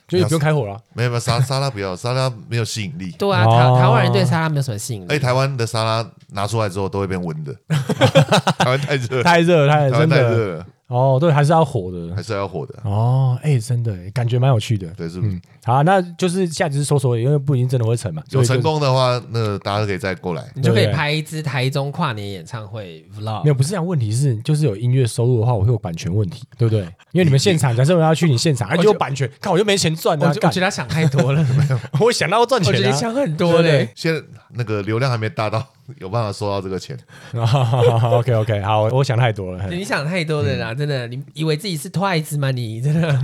就是不用开火了。
没有没有沙沙拉不要，沙拉没有吸引 力。
对啊，
哦
台台湾人对沙拉没有什么吸引
哎，
力。
台湾的沙拉拿出来之后都会变温 的，台湾太热，台
太热，太热，
湾
真
太
的。
热了，
哦，对，还是要火的
还。是要火的。
哦，哎，真的，感觉蛮有趣的。
对，是
嗯，好，那就是下次搜索，因为不一定真的会成嘛。所
有
以就
成。功的话，那大家可以再过来。
你就可
对
以
不对
拍一支台中跨年演唱会
没
vlog，
有，不是这样，问题是就是有音乐收入的话，我会有版权问题，对不对？因 为你们现场，假设我要去你现场，而且有版权，看我就没钱赚
我
啊！
我觉得
干
他想太多了，
我想到要赚
我
钱
觉得
啊
你想很
对
多嘞
不。
现在那个流量还没大到有办法收到这个钱。
OK OK，好，我想太 多了。
你想太多了啦，真的，你以为自己是筷子吗？你真的，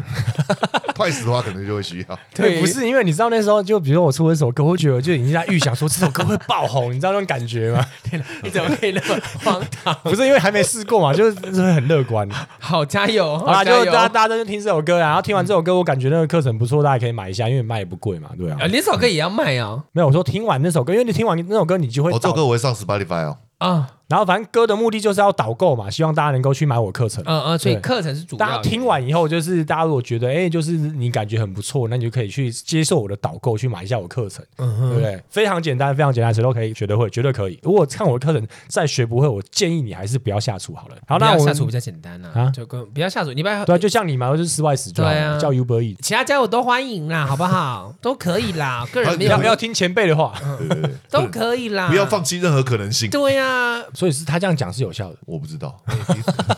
快死的话，可能就会需要。
对，不是因为你知道那时候，就比如说我出一首歌，我觉得我就已经在预想说这首歌会爆红，你知道那种感觉 吗？
天哪你怎么可以那么荒 唐？
不是因为还没试过嘛，就是就是很乐观。
好加 油，
好
好
啦，
加
就
油！
大家大家就听这首歌啊，然后听完这首歌，我感觉那个课程不错，大家可以买一下，因为卖也不贵嘛，对啊
啊，。你这首歌也要卖哦
没有，我说听完那首歌，因为你听完那首歌，你就会
哦我、这
导
首歌我会上 Spotify 哦，
啊，
然后反正歌的目的就是要导购嘛，希望大家能够去买我课程。
嗯嗯，所以
对
课程是主
大
要
家
的。
听完以后，就是大家如果觉得，哎、就是你感觉很不错，那你就可以去接受我的导购，去买一下我课程，
嗯
对不对？非常简单，非常简单，谁都可以学得会，绝对可以。如果看我的课程再学不会，我建议你还是不要下厨好了。好，
不
那
要
我
下
们
厨比较简单啊，
啊
就跟不要下厨，你不要
对啊，就像你嘛，就是室外死就好了
对啊
叫 Uber E，
其他家我都欢迎啦，好不好？都可以 啦，个人没
啊要
有
不要听前辈的话？
对对对，
都可以啦，
不要放弃任何可能性。
对呀，
所以是他这样讲是有效的
我不知道，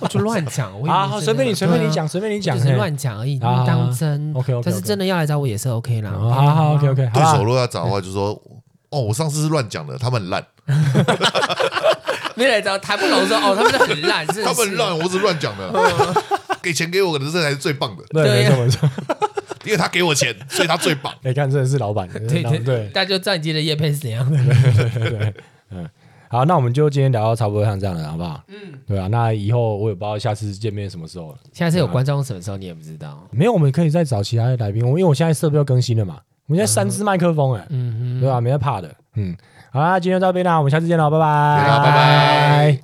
我就乱讲，我以为
啊。
是
好，
真
随便
的
你，随便
对
你
啊
讲，随便你讲，
就是
嘿
乱讲而已，你
啊
当真。
OK，OK，OK
但是真的要来找我也是 OK 啦。
哎好好好，OK OK，好
对手
啦
如，果要找的话，就说哦，我上次是乱讲的，他们很烂，
没来找谈不拢 说哦，他们都很烂，是
他们很烂，。我是乱讲的。给钱给我，可能这才是最棒的，
对，没
对啊
错没 错。
因为他给我钱，所以他最棒。
哎，看真的是老板，
对
老
对
对
对，。大家就知道你今天的叶配是怎样的。
好，那我们就今天聊到差不多像这样了，好不好？嗯，对啊，那以后我也不知道下次见面什么时候了。
下次有观众什么时候你也不知道。
没有，我们可以再找其他的来宾。我因为我现在设备又更新了嘛，我们现在三支麦克风、哎、
嗯哼。
对吧、没在怕的。嗯，好啦，今天就到这边啦，我们下次见喽，拜拜，
对啊拜拜。